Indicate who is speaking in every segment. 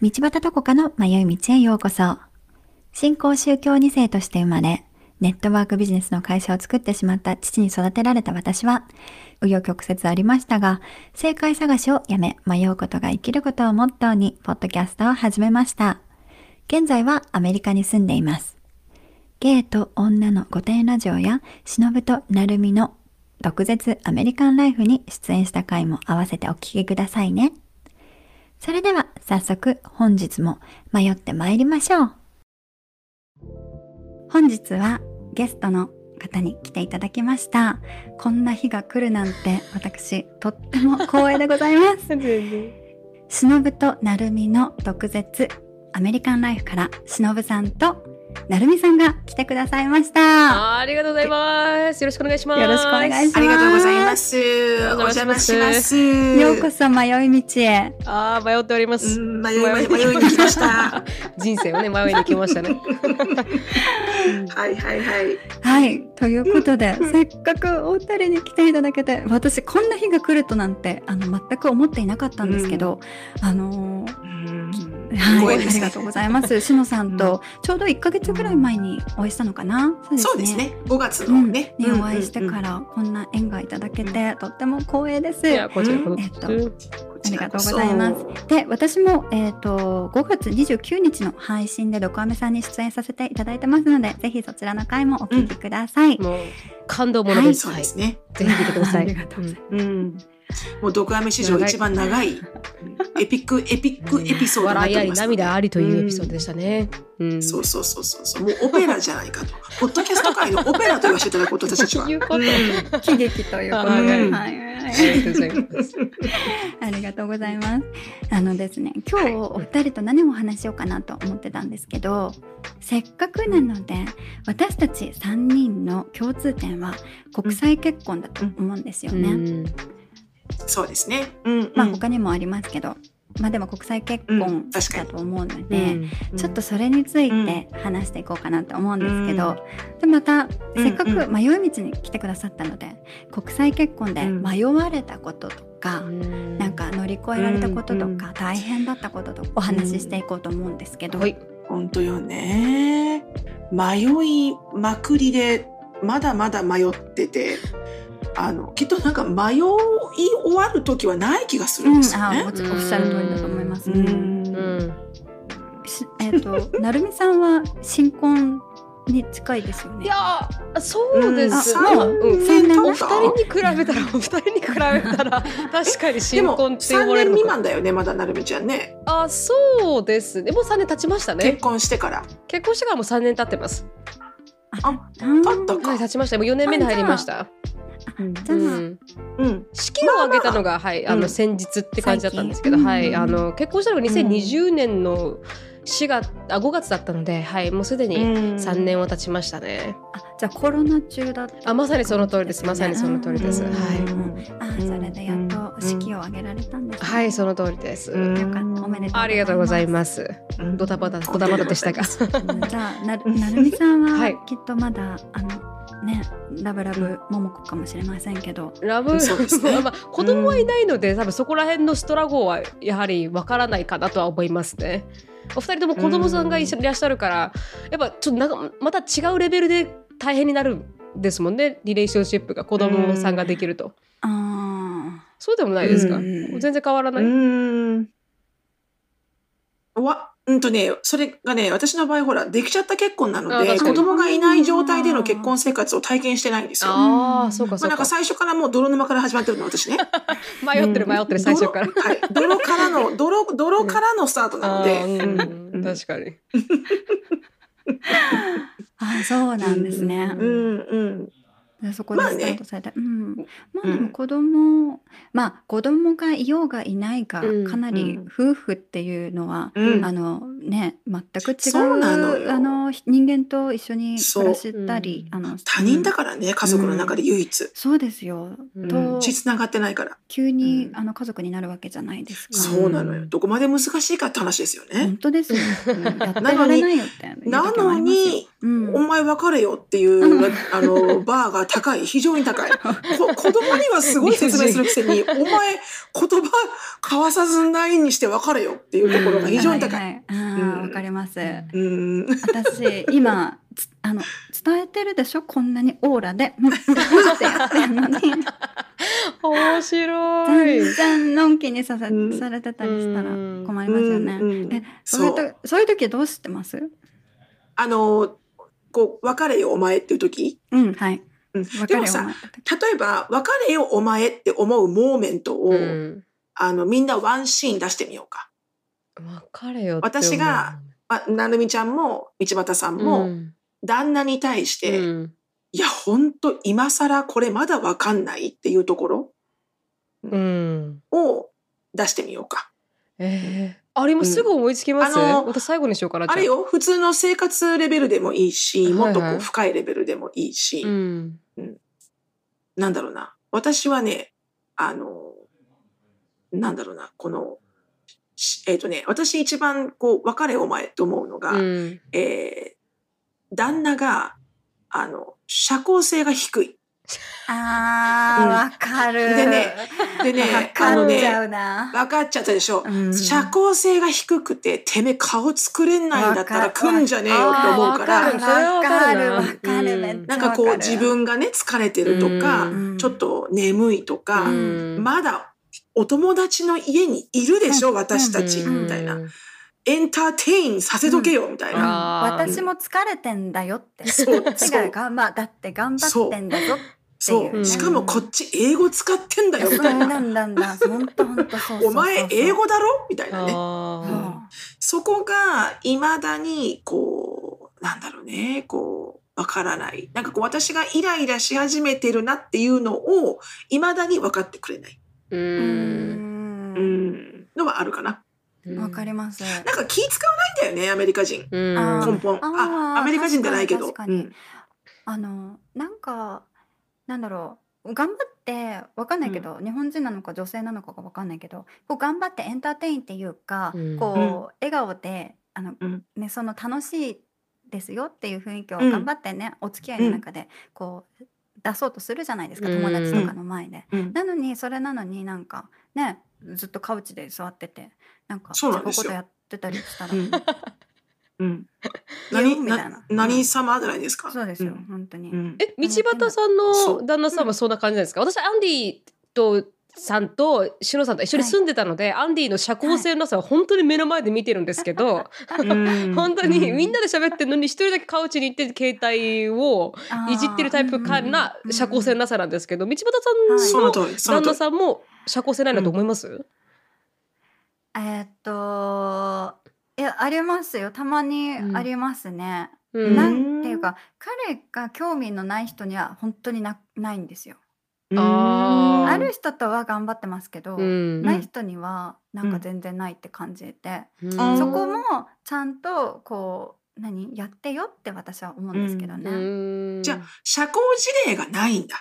Speaker 1: 道端どこかの迷い道へようこそ。新興宗教2世として生まれ、ネットワークビジネスの会社を作ってしまった父に育てられた私は、紆余曲折ありましたが、正解探しをやめ、迷うことが生きることをモットーに、ポッドキャストを始めました。現在はアメリカに住んでいます。ゲイと女の御殿ラジオや、忍となるみの毒舌アメリカンライフに出演した回も合わせてお聞きくださいね。それでは早速本日も迷ってまいりましょう。本日はゲストの方に来ていただきました。こんな日が来るなんて私とっても光栄でございます。
Speaker 2: 全然
Speaker 1: 忍となるみの毒舌アメリカンライフから忍さんとなるみさんが来てくださいました。
Speaker 2: あーありがとうございます。よろしくお願いします。
Speaker 1: よろしくお願いします
Speaker 3: ありがとうございます。お邪魔します。
Speaker 1: ようこそ迷い道へ。
Speaker 2: ああ、迷っておりま
Speaker 3: う
Speaker 2: す。
Speaker 3: ん迷いま迷いに来ました。。
Speaker 2: 人生をね、迷いに来ましたね。
Speaker 3: はいはいはい。
Speaker 1: はい。ということで、せっかくお二人に来ていただけて、私こんな日が来るとなんて、あの、全く思っていなかったんですけど、あのー
Speaker 3: うん
Speaker 1: は
Speaker 3: 光栄
Speaker 1: い、
Speaker 3: で
Speaker 1: あり
Speaker 3: す
Speaker 1: がとうございます。しのさんとちょうど1ヶ月ぐらい前にお会いしたのかな。
Speaker 3: そうです。ね。5月のね、。
Speaker 1: ね、お会いしてかららこんな縁がいただけてとっても光栄です。
Speaker 2: い
Speaker 1: で
Speaker 2: や、こちらこそ
Speaker 1: うんありがとうございます私も、えー、と5月29日の配信で「ドクアメさん」に出演させていただいてますのでぜひそちらの回もお聞きください。
Speaker 2: もう、感動ものです。
Speaker 3: そう
Speaker 2: は
Speaker 3: で
Speaker 2: い。
Speaker 3: すね。
Speaker 2: ぜひ聞いてください。
Speaker 1: ありがとうござい
Speaker 2: うんうん。
Speaker 3: もう毒アメ史上一番長いエピックエピックエピソードになっ
Speaker 2: 笑い
Speaker 3: てお
Speaker 2: あ
Speaker 3: り
Speaker 2: り
Speaker 3: ます。
Speaker 2: 涙ありというエピソードでしたね。うん。
Speaker 3: そうそうそうそうそう。もうオペラじゃないかと。ポッドキャスト界のオペラと言わせていただく私たちは。
Speaker 2: いうこと
Speaker 3: うん
Speaker 1: 喜劇ということで、
Speaker 3: う
Speaker 1: は
Speaker 3: ん
Speaker 1: いはいはい
Speaker 2: ありがとうございます。
Speaker 1: ありがとうございます。あのですね、今日お二人と何をお話しようかなと思ってたんですけど、せっかくなので、私たち3人の共通点は国際結婚だと思うんですよね。
Speaker 2: うん
Speaker 3: そうですね。うん
Speaker 1: まあ
Speaker 3: うん
Speaker 1: 他にもありますけど、まあでも国際結
Speaker 3: う
Speaker 1: 婚
Speaker 3: ん確か
Speaker 1: だ
Speaker 3: に
Speaker 1: と思うの
Speaker 2: う
Speaker 1: で、
Speaker 2: ん
Speaker 1: ちょっとそれについて話していこうかなと思うんですけど、でまたせっかく迷い道に来てくださったので、国際結婚で迷われたこととか、なん、か乗り越えられたことと
Speaker 3: うんう
Speaker 1: か大変だったこととかお話ししていこうと思うんですけど、
Speaker 2: はい。
Speaker 3: 本当よね迷いまくりでまだまだ迷っててあのきっとなんか迷い終わる時はない気がする
Speaker 1: うんん
Speaker 3: ですよ
Speaker 1: あお
Speaker 3: ね。
Speaker 1: っしゃる通りだと思います。
Speaker 3: うん
Speaker 2: うん。
Speaker 1: しえっ、となるみさんは新婚に近いですよね。
Speaker 2: いやー、そうです。
Speaker 1: うんあもう
Speaker 2: うん
Speaker 1: そんな
Speaker 3: 経
Speaker 2: お
Speaker 3: っ
Speaker 2: 二
Speaker 3: た
Speaker 2: 人に比べたら、お二人に比べたら、確かに
Speaker 3: で
Speaker 2: 新
Speaker 3: も
Speaker 2: 婚って呼
Speaker 3: 3
Speaker 2: ばれ
Speaker 3: 年
Speaker 2: るの
Speaker 3: 未
Speaker 2: か。
Speaker 3: 満だよねまだなるみちゃんね
Speaker 2: あ、そうですね。もう三年経ちましたね
Speaker 3: 結。婚してから
Speaker 2: 結婚してからもう三年経ってます。
Speaker 3: あ
Speaker 1: うん
Speaker 3: あった
Speaker 2: はい、
Speaker 3: か
Speaker 2: 経ちました。もう四年目に入りました。
Speaker 1: じ
Speaker 2: う
Speaker 1: ゃあ、
Speaker 2: ん。
Speaker 3: うん
Speaker 2: 式を挙げたのが、はい、あ
Speaker 3: う
Speaker 2: の
Speaker 3: ん
Speaker 2: 先日って感じだったんですけど、
Speaker 1: 最近
Speaker 2: は
Speaker 1: うん
Speaker 2: い、あの結婚したのが二千二十年の四月、あ、五月だったので、はい、もうすでに三年は経ちましたね。
Speaker 1: あじゃあコロナ中だった
Speaker 2: あ、まさにその通りです。まさにその通りです。
Speaker 1: う
Speaker 2: は
Speaker 1: ん
Speaker 2: い。
Speaker 1: あーそれでやっと式を挙げられたんですね、
Speaker 2: はい、その通りです。
Speaker 3: うん
Speaker 1: よかったおめでとう
Speaker 2: ありがとうございます。
Speaker 3: うん
Speaker 2: ドタバタ、ドタバタでしたが。
Speaker 1: うんじゃあなるなるみさん
Speaker 2: は
Speaker 1: はいきっとまだ、あのねラブラブももこかもしれませんけど、
Speaker 2: ラブ、
Speaker 3: そうですね
Speaker 2: まあ、子供はいないので、多分そこら辺のストラゴはやはりわからないかなとは思いますね。お二人とも子供さんがいらっしゃるから、やっぱちょっとなんかまた違うレベルで大変になるんですもんね、リレーションシップが子供さんができると。
Speaker 1: あ
Speaker 2: そうでもないですか、
Speaker 3: うん
Speaker 2: 全然変わらな
Speaker 3: う
Speaker 2: い。
Speaker 3: んわうんとねそれがね私の場合ほらできちゃった結婚なの
Speaker 2: あ
Speaker 3: で
Speaker 2: 確か
Speaker 3: 子
Speaker 2: に
Speaker 3: 供がいない状態での結婚生活を体験してないんですよ。
Speaker 2: ああ、そうか
Speaker 3: ま
Speaker 2: そう
Speaker 3: あ、なん
Speaker 2: か
Speaker 3: か。最初からもう泥沼から始まってるの私ね
Speaker 2: 迷ってる迷ってる最初 から。
Speaker 3: 泥,、はい、泥からの泥泥からのスタートな
Speaker 2: あ
Speaker 3: ので、
Speaker 2: ーうん
Speaker 3: うん
Speaker 2: 確かに。
Speaker 1: あああそうなんですね、
Speaker 3: うんうん
Speaker 1: でそこで
Speaker 3: まあ
Speaker 1: ス
Speaker 3: ね
Speaker 1: タートされた、うんまあ
Speaker 3: うん
Speaker 1: でも子供、まあ子供がいようがいないが、
Speaker 2: うん
Speaker 1: かなり
Speaker 3: うん
Speaker 1: 夫婦っていうのは、
Speaker 3: うん
Speaker 1: あのね全く違
Speaker 3: そう
Speaker 1: う
Speaker 3: なのよ
Speaker 1: あの人間と一緒に暮らしたり、
Speaker 2: そ
Speaker 1: あの
Speaker 3: 他人だ
Speaker 1: うん
Speaker 3: からね家族の中で唯一、
Speaker 1: そうですよ、
Speaker 2: うん
Speaker 1: と
Speaker 3: 血繋がってないから、
Speaker 1: 急に、
Speaker 3: うん
Speaker 1: あの家族になるわけじゃないですか。
Speaker 3: そうなのよどこまで難しいかって話ですよね
Speaker 1: 本、当ですよ、うんやってら
Speaker 3: なの
Speaker 1: れ
Speaker 3: に
Speaker 1: ないよっていう時もあ
Speaker 3: なの
Speaker 1: りますよ
Speaker 3: に
Speaker 1: うん
Speaker 3: お前別れよっていう、あの、バーが高い。非常に高い。こ子供にはすごい説明するくせに、お前、言葉交わさずないにして別れよっていうところが非常に高い。
Speaker 1: はいはいあ
Speaker 3: う
Speaker 1: あ
Speaker 3: ん
Speaker 1: わかります。
Speaker 3: うん。
Speaker 1: 私今つあの伝えてるでしょこんなにオー ラでってやってるのに
Speaker 2: 面白い。
Speaker 1: 全然のんきにさせ
Speaker 3: うん
Speaker 1: されてたりしたら
Speaker 2: うん
Speaker 1: 困りますよ
Speaker 3: う
Speaker 1: ね。
Speaker 3: ん
Speaker 1: えそうい
Speaker 3: そうう。
Speaker 1: とそういう時どうしてます？
Speaker 3: あの、こう、別れよお前っていう時。
Speaker 1: うんはい。
Speaker 3: うん
Speaker 1: わか
Speaker 3: で
Speaker 1: る
Speaker 3: も
Speaker 1: よ。
Speaker 3: さ、例えば、別れよお前って思うモーメントを、
Speaker 2: うん
Speaker 3: あの、みんなワンシーン出してみようか。
Speaker 2: 別れよって思う
Speaker 3: 私がまあ、なるみちゃんも、道端さんも、
Speaker 2: ん
Speaker 3: 旦那に対して、
Speaker 2: うん
Speaker 3: いや、ほんと、今更これまだわかんないっていうところ
Speaker 2: うん
Speaker 3: を出してみようか。
Speaker 2: えーあれもすぐ思いつきます、
Speaker 3: うんあの
Speaker 2: 私最後にしようかな
Speaker 3: あれ
Speaker 2: じゃ
Speaker 3: よ、普通の生活レベルでもいいし、もっと
Speaker 2: はいは
Speaker 3: こう
Speaker 2: い
Speaker 3: 深いレベルでもいいし、
Speaker 2: あうん
Speaker 3: なんだろうな。私はね、あの、なんだろうな、この、しえっ、とね、私一番こう、別れお前と思うのが、
Speaker 2: うん
Speaker 3: えー旦那が、あの、社交性が低い。
Speaker 1: あ
Speaker 3: うん
Speaker 1: ーわかる。
Speaker 3: でね で
Speaker 1: わ
Speaker 3: ね、あ
Speaker 1: か
Speaker 3: の
Speaker 1: っちゃ
Speaker 3: ね、
Speaker 1: うな。
Speaker 3: 分かっちゃったでしょ。
Speaker 1: うん
Speaker 3: 社交性が低くて、てめえ顔作れないんだったら
Speaker 1: わかる
Speaker 3: 来んじゃねえよって思
Speaker 2: あー
Speaker 3: うか
Speaker 2: わ
Speaker 3: ら
Speaker 2: か、るそれはわかるな
Speaker 1: わかる
Speaker 2: うん
Speaker 1: めっち
Speaker 3: な
Speaker 1: ゃ
Speaker 3: んかこ
Speaker 1: わ
Speaker 3: う
Speaker 1: る
Speaker 3: 自分がね、疲れてるとか
Speaker 1: う、ん
Speaker 3: ちょっと眠いとか、
Speaker 2: うん
Speaker 3: まだお友達の家にいるでしょ、
Speaker 1: うん
Speaker 3: 私たち、
Speaker 2: うん
Speaker 3: みたいな。エンターテインさせとけよ、みたい
Speaker 1: うん
Speaker 3: な。
Speaker 2: あー
Speaker 1: 私も疲れてんだよって。
Speaker 3: そう
Speaker 1: こっち
Speaker 3: そ
Speaker 1: が
Speaker 3: う
Speaker 1: がんまだって頑張ってんだぞ。
Speaker 3: そ
Speaker 1: って
Speaker 2: いう
Speaker 3: う。
Speaker 2: ね
Speaker 3: しかもこっち英語使ってんだよ、
Speaker 1: そう
Speaker 3: みたい
Speaker 1: な
Speaker 3: な。
Speaker 1: んだんだ。本当本当そうそうそうそう。
Speaker 3: お前英語だろみたいなね。
Speaker 2: あ
Speaker 1: あ
Speaker 3: そこが、いまだに、こう、なんだろうね、こう、わからない。なんかこう、私がイライラし始めてるなっていうのを、いまだに分かってくれない。
Speaker 2: ーう
Speaker 1: ー。うん。
Speaker 3: うんん。のはあるかな。
Speaker 1: わかります。
Speaker 3: なんか気使わないんだよね、アメリカ人。
Speaker 2: うん
Speaker 1: あー
Speaker 3: 根本。あ
Speaker 1: あー
Speaker 3: アメリカ人じゃないけど。
Speaker 1: 確かに
Speaker 3: うん
Speaker 1: あのなんかなんだろう頑張ってわかんないけど、日本人なのか女性なのかがわかんないけどこう頑張ってエンターテインっていうか、
Speaker 2: うん
Speaker 1: こう、
Speaker 3: うん
Speaker 1: 笑顔であの、
Speaker 3: うん
Speaker 1: ね、その楽しいですよっていう雰囲気を
Speaker 3: うん
Speaker 1: 頑張ってね、お付き合いの中でこう出そうとするじゃないですか、
Speaker 2: うん
Speaker 1: 友達とかの前で。
Speaker 3: うん
Speaker 1: なのにそれなのになんかねずっとカウチで座っててなんか
Speaker 3: そうなんです
Speaker 1: こ
Speaker 3: よ
Speaker 1: とやってたりしたら、
Speaker 3: うんうん。
Speaker 1: 言う
Speaker 3: 何、
Speaker 1: みたいな
Speaker 3: な何様じゃないですか。
Speaker 1: そうですよ、
Speaker 3: ん
Speaker 1: 本当に。
Speaker 3: うん
Speaker 2: え道端さん
Speaker 3: そ
Speaker 2: の
Speaker 3: う
Speaker 2: 旦那さんはそんな感じなんですか、私アンディとさんとシノさんと一緒に住んでたので、アンディの社交性のなさは本当に目の前で見てるんですけど、
Speaker 3: う ん
Speaker 2: 本当にみん
Speaker 3: な、
Speaker 2: なで喋ってるのに一人だけカウチに行って携帯を
Speaker 1: あー
Speaker 2: いじってるタイプかな
Speaker 1: うん
Speaker 2: 社交性のなさなんですけど道端
Speaker 1: はい
Speaker 2: さ
Speaker 3: そ
Speaker 2: ん
Speaker 3: の
Speaker 2: の
Speaker 3: 通り、そ
Speaker 2: 旦
Speaker 3: の通
Speaker 2: 那
Speaker 3: り。
Speaker 2: さんも社交性ないなと思います、
Speaker 1: えーっといやありますよたまに
Speaker 2: うん
Speaker 1: ありますね、
Speaker 2: うん
Speaker 1: な
Speaker 2: あ
Speaker 1: んていうか彼が興味のない人には本当になないんですよ、
Speaker 3: うん
Speaker 2: あー
Speaker 1: ある人とは頑張ってますけど、
Speaker 2: うん
Speaker 1: ない人にはなんか全然ないって感じで、
Speaker 3: うん
Speaker 1: そこもちゃんとこう何やってよって私は思うんですけどね、
Speaker 2: うん
Speaker 3: じゃあ社交辞令がないんだ。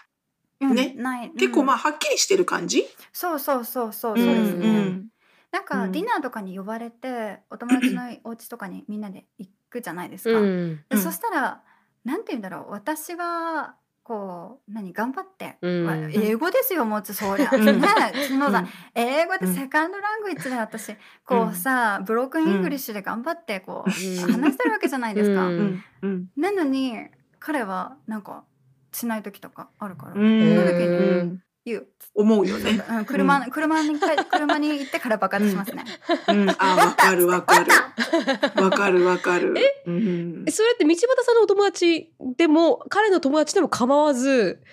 Speaker 1: うん
Speaker 3: ね
Speaker 1: ない
Speaker 3: 結構まあ、
Speaker 1: あ
Speaker 3: はっきりしてる感じ。
Speaker 1: そうそうそうそう
Speaker 3: う
Speaker 1: そ
Speaker 3: ん
Speaker 1: う
Speaker 3: う
Speaker 1: ですね、
Speaker 3: ん
Speaker 1: なんか
Speaker 3: うん
Speaker 1: ディナーとかに呼ばれてお友達のお家とかにみんなで行くじゃないですか、
Speaker 2: うん
Speaker 1: で
Speaker 3: うん
Speaker 1: そしたらなんて言うんだろう私はこう何頑張って、
Speaker 2: うん
Speaker 1: わ英語ですよもうちそりゃ
Speaker 3: うん
Speaker 1: ね角
Speaker 3: う
Speaker 1: 田さん、
Speaker 3: ん
Speaker 1: 英語で
Speaker 3: うん
Speaker 1: セカンドラングイッチで私こ
Speaker 3: う
Speaker 1: うんさブロークンイングリッシュで頑張ってこう、
Speaker 2: うん
Speaker 1: 話してるわけじゃないですか、
Speaker 2: うん
Speaker 3: うんうん
Speaker 1: なのに彼はなんかしない時とかあるから「
Speaker 2: う
Speaker 3: うん
Speaker 1: 言う
Speaker 3: 思うよね。
Speaker 1: うん車車に帰車に行ってから爆発しますね。
Speaker 3: うん、あー、わかるわかる。わかるわかる。うん
Speaker 2: えそれって道端さんのお友達でも彼の友達でも構わず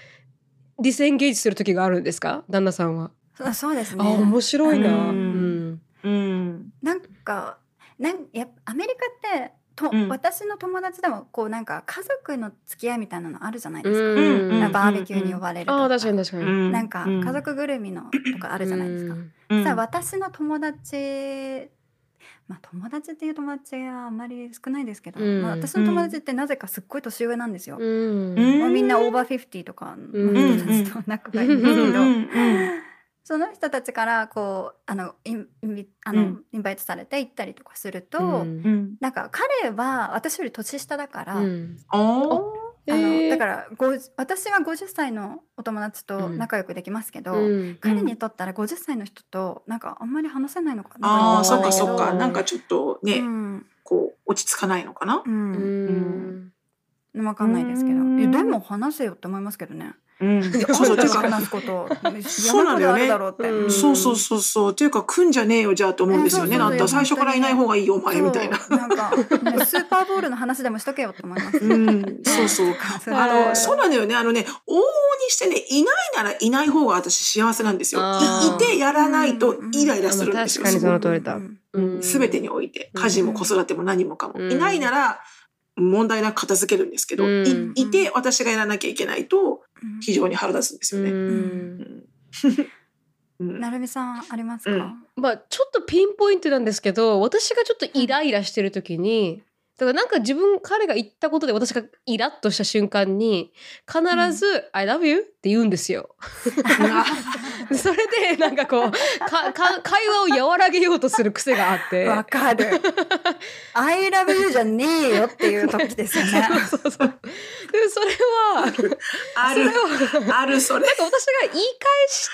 Speaker 2: ディスエンゲージする時があるんですか旦那さんは。
Speaker 1: そうそうですね。
Speaker 2: あ面白いな。
Speaker 3: うん
Speaker 2: うん
Speaker 3: うん。
Speaker 1: なんかなんやっぱアメリカってと、
Speaker 3: うん
Speaker 1: 私の友達でもこうなんか家族の付き合いみたいなのあるじゃないですか、
Speaker 2: うん
Speaker 3: うん
Speaker 1: なんかバーベキューに呼ばれるとか,、
Speaker 2: ああ確かに確かに。
Speaker 1: なん
Speaker 3: ん
Speaker 1: か家族ぐるみのとかあ
Speaker 2: あ
Speaker 1: るじゃないですか、さあ私の友達まあ友達っていう友達はあんまり少ないですけど、
Speaker 2: うん
Speaker 1: まあ、私の友達ってなぜかすっごい年上なんですよ、
Speaker 2: うん
Speaker 3: うん
Speaker 1: まあ、みんなオーバーフィフティとかの人たちと仲がいいん
Speaker 3: う
Speaker 1: です
Speaker 3: ん
Speaker 1: けど、
Speaker 3: うん
Speaker 1: その人たちからこうあのインインビあの、
Speaker 3: うん
Speaker 1: インバイトされて行ったりとかすると、
Speaker 2: うん
Speaker 3: ん。
Speaker 1: なんか彼は私より年下だから、
Speaker 2: うん、
Speaker 3: ああ。
Speaker 1: あのだからら50私は50歳のお友達と
Speaker 2: うん
Speaker 1: 仲良くできますけど、
Speaker 2: うん
Speaker 1: 彼にとったら50歳の人となんかあんまり話せないのかな
Speaker 3: あ
Speaker 2: う
Speaker 3: あ、
Speaker 2: ん
Speaker 1: と
Speaker 3: そっ
Speaker 1: 思
Speaker 3: か
Speaker 1: た
Speaker 3: そっか。
Speaker 1: んだ
Speaker 3: なんかちょっと
Speaker 1: け
Speaker 3: ね、
Speaker 1: どうん
Speaker 3: こう、落ち着かないのかな
Speaker 1: う。
Speaker 2: うんん
Speaker 1: わかんないですけど
Speaker 3: うん
Speaker 1: えでも話せよって思いますけどね
Speaker 3: うん。そうそう、て
Speaker 1: 私が
Speaker 3: か、
Speaker 1: 話す こと
Speaker 3: そうなんだよね
Speaker 1: 山ほどあるだろうって、
Speaker 2: うん
Speaker 3: そうそうそうそう。っていうか、組んじゃねえよ、じゃあと思うんですよ
Speaker 1: うん
Speaker 3: ね。
Speaker 1: そう
Speaker 3: な
Speaker 1: そ
Speaker 3: ん
Speaker 1: う
Speaker 3: だ、最初からいない方がいいよ、お前、みたいな。
Speaker 1: そうなんか、ねスーパーボールの話でもしとけよって思います
Speaker 3: うん、そうそう。
Speaker 1: そう
Speaker 3: あ
Speaker 2: へー
Speaker 3: の、そうなんだよね。あのね、往々にしてね、いないならいない方が私幸せなんですよ。
Speaker 2: あ
Speaker 3: い
Speaker 2: ー
Speaker 3: いてやらないとイライラするんですよ。
Speaker 2: うんうん確かにその通りだ
Speaker 1: うん
Speaker 2: うん
Speaker 3: すべてにおいて、
Speaker 2: うん
Speaker 3: 家事も子育ても何もかも。
Speaker 2: うん
Speaker 3: いないなら、問題なく片付けるんですけど、
Speaker 2: うん
Speaker 3: いいて私がやらなきゃいけないと、非常に腹立つんですよね。
Speaker 2: うん
Speaker 3: う ん
Speaker 1: なるみさんありますか、
Speaker 3: うん
Speaker 2: まあちょっとピンポイントなんですけど私がちょっとイライラしてる時にだからなんか自分彼が言ったことで私がイラッとした瞬間に必ず「I love you」って言うんですよ。で それでなんかこうかか会話を和らげようとする癖があって。
Speaker 1: わか る。I love you じゃねえよっていう時ですよね。
Speaker 2: そうそうそう。でもそれはそれ
Speaker 3: ある、
Speaker 2: は
Speaker 3: ある、それ。
Speaker 2: なんか私が言い返し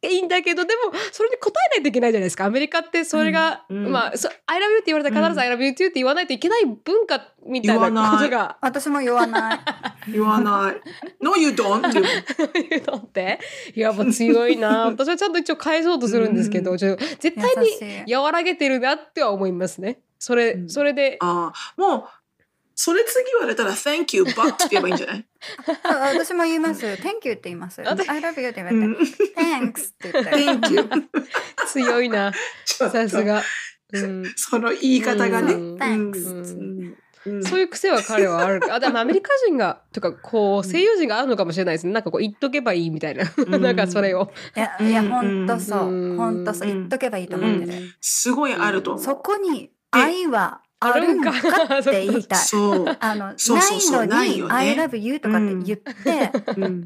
Speaker 2: たいいんだけどでもそれに答えないといけないじゃないですかアメリカってそれが、
Speaker 3: うんうん
Speaker 2: まあそ「I love you」って言われたら必ず「I love you too」って言わないといけない文化みたい
Speaker 3: 言わ
Speaker 2: な
Speaker 3: ない
Speaker 2: ことが
Speaker 1: 私も言わない。
Speaker 3: 言わない。No, you don't. っていう
Speaker 2: 言うのっていややっぱ強い な私はちゃんと一応返そうとするんですけど、
Speaker 3: う
Speaker 2: ちょっと絶対
Speaker 1: 優し
Speaker 2: に
Speaker 1: い。
Speaker 2: 和らげてるなっては思いますねそれ、
Speaker 3: うん
Speaker 2: それで
Speaker 3: ああ、もう、それ次言われたら、Thank you, but って言えばいいんじゃ ない
Speaker 1: あ私も言います。Thank you って言います。I
Speaker 2: 私
Speaker 1: love you って言わ
Speaker 3: う
Speaker 1: れ
Speaker 3: ん
Speaker 1: て。Thanks って言って。
Speaker 3: Thank you.
Speaker 2: 強いな
Speaker 3: ちょっと
Speaker 2: さす。が、うん、
Speaker 3: その言い方がね。
Speaker 2: うん
Speaker 3: うん
Speaker 2: うん
Speaker 3: うん
Speaker 2: そういう癖は彼はあ る。あ、でもアメリカ人が、とか、こう、
Speaker 3: うん
Speaker 2: 西洋人があるのかもしれないですね。なんかこう、言っとけばいいみたいな。
Speaker 3: う ん
Speaker 2: なんかそれを。
Speaker 1: いや、いや、
Speaker 3: うん
Speaker 1: ほんとそうう。
Speaker 2: ん
Speaker 1: ほんとそう。言っとけばいいと思ってる。
Speaker 3: すごいあると思う。
Speaker 1: そこに愛はあるのかって言い たい。
Speaker 3: そう。
Speaker 1: あの、
Speaker 3: そうそうそう
Speaker 1: な
Speaker 3: ないい
Speaker 1: の
Speaker 3: よ
Speaker 1: に、
Speaker 3: ね
Speaker 1: I love you とかって言って、
Speaker 3: うん。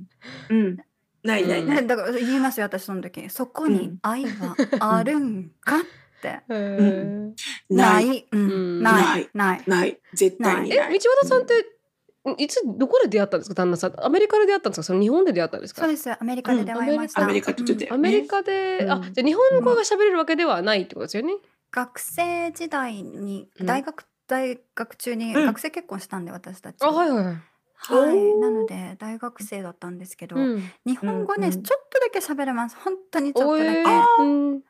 Speaker 3: うん。ないないない。
Speaker 1: だから言いますよ、私その時。そこに愛はあるんかって。
Speaker 2: へー
Speaker 3: うん
Speaker 1: な
Speaker 3: ない。
Speaker 1: い。うん。
Speaker 2: ん
Speaker 1: ない。ない。
Speaker 3: ない。絶対に
Speaker 2: え、道
Speaker 3: ない。
Speaker 2: 端さんって、いつ、どこで出会ったんですか旦那さん。アメリカで出会ったんですかその日本で出会ったんです
Speaker 1: そう
Speaker 2: か
Speaker 1: です。アメリカで出会いました。
Speaker 3: アメリカって言ってた
Speaker 2: ア
Speaker 3: よね
Speaker 2: メリカで、
Speaker 3: うん
Speaker 2: あ、じゃあ日本語が喋れるわけではないってことですよね。
Speaker 1: 学生時代に、
Speaker 2: うん
Speaker 1: 大学、大学中に
Speaker 3: うん
Speaker 1: 学生結婚したんで、私たち。
Speaker 2: あ、はいはいは
Speaker 1: は
Speaker 2: い。
Speaker 1: い
Speaker 3: おー
Speaker 1: なので、大学生だったんですけど、
Speaker 2: うん。
Speaker 1: 日本語ね、
Speaker 3: うんうん
Speaker 1: ちょっとだけ喋れます。本当にちょ
Speaker 2: お
Speaker 1: っとだけ。
Speaker 2: えー
Speaker 1: ね
Speaker 2: うん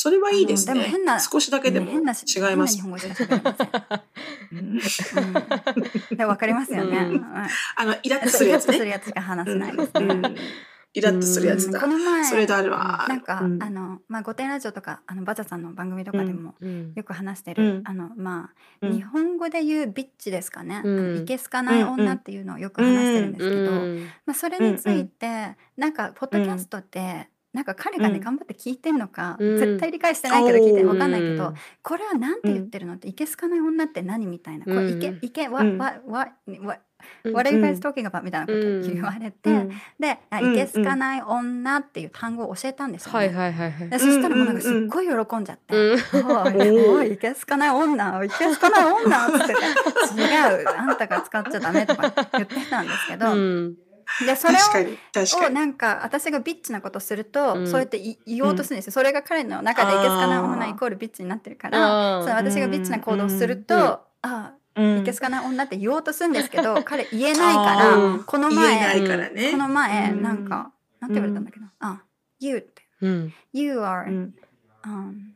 Speaker 3: それはいいです
Speaker 1: でも
Speaker 3: ね
Speaker 1: 変な。
Speaker 3: 少しだけでも違
Speaker 1: 変なし
Speaker 3: います
Speaker 1: 変。な日本語しか喋れません
Speaker 3: うん
Speaker 1: うんでも。わかりますよね。
Speaker 2: うん
Speaker 1: うん
Speaker 3: あの、イラッとす
Speaker 1: そう
Speaker 3: る
Speaker 1: イラ
Speaker 3: や
Speaker 1: ッ
Speaker 3: つ
Speaker 1: とする
Speaker 3: ね。
Speaker 1: やつが話
Speaker 3: う
Speaker 1: せ
Speaker 3: ん
Speaker 1: ないです。
Speaker 3: うんイラッとするやつ
Speaker 1: うん
Speaker 3: だ
Speaker 1: こ。の前、
Speaker 3: それであるわ。
Speaker 1: なんか、
Speaker 3: うん
Speaker 1: あの、まあ、御殿ラジオとか、あの、バザさんの番組とかでも、
Speaker 2: うん
Speaker 1: よく話してる、
Speaker 3: うん
Speaker 1: あの、まあ、
Speaker 3: うん
Speaker 1: 日本語で言うビッチですかね、
Speaker 2: うん
Speaker 1: いけすかない女って いうのをよく話してるんですけど、まあ、それについて、なんかポッドキャストって、なんか彼がね、
Speaker 3: うん
Speaker 1: 頑張って聞いてんのか、
Speaker 2: うん
Speaker 1: 絶対理解してないけど聞いてる
Speaker 3: おー
Speaker 1: わかんないけど、これはなんて言ってるのって、いけすかない女って何みたいな、これいけ
Speaker 2: うん
Speaker 1: いけわ、
Speaker 3: うん
Speaker 1: わわわ
Speaker 2: うん
Speaker 1: What are you guys talking about? みたいなこと
Speaker 2: うん
Speaker 1: 言われて、
Speaker 3: うん
Speaker 1: で、あ
Speaker 3: うん
Speaker 1: いけすかない女っていう単語を教えたんですよ、ね
Speaker 2: はいはいはいはい
Speaker 1: で。そしたらもうなんかすっごい喜んじゃって、
Speaker 2: うん
Speaker 1: おい、おい、いけすかない女、いけすかない女っつって、違う、あんたが使っちゃダメとか言ってたんですけど、
Speaker 2: うん
Speaker 1: で、それ
Speaker 3: 確か
Speaker 1: を、
Speaker 3: に。確か
Speaker 1: を
Speaker 3: に。
Speaker 1: なんか、私がビッチなことすると、
Speaker 2: うん
Speaker 1: そうやってい言おうとするんですよ。それが彼の中でいけすかない女イコールビッチになってるから、
Speaker 2: あ
Speaker 1: その
Speaker 2: ー
Speaker 1: 私がビッチな行動をすると、
Speaker 2: うん
Speaker 1: ああ、いけすかない女って言おうとするんですけど、彼言えないか
Speaker 2: う
Speaker 1: ら
Speaker 2: ん、
Speaker 1: この
Speaker 3: 言えな
Speaker 1: 前、
Speaker 3: いからね。
Speaker 1: この前、
Speaker 3: うん
Speaker 1: なんか、なんて言われたんだっけど、あ、You って、
Speaker 2: うん。
Speaker 1: You are、
Speaker 3: うん
Speaker 1: うん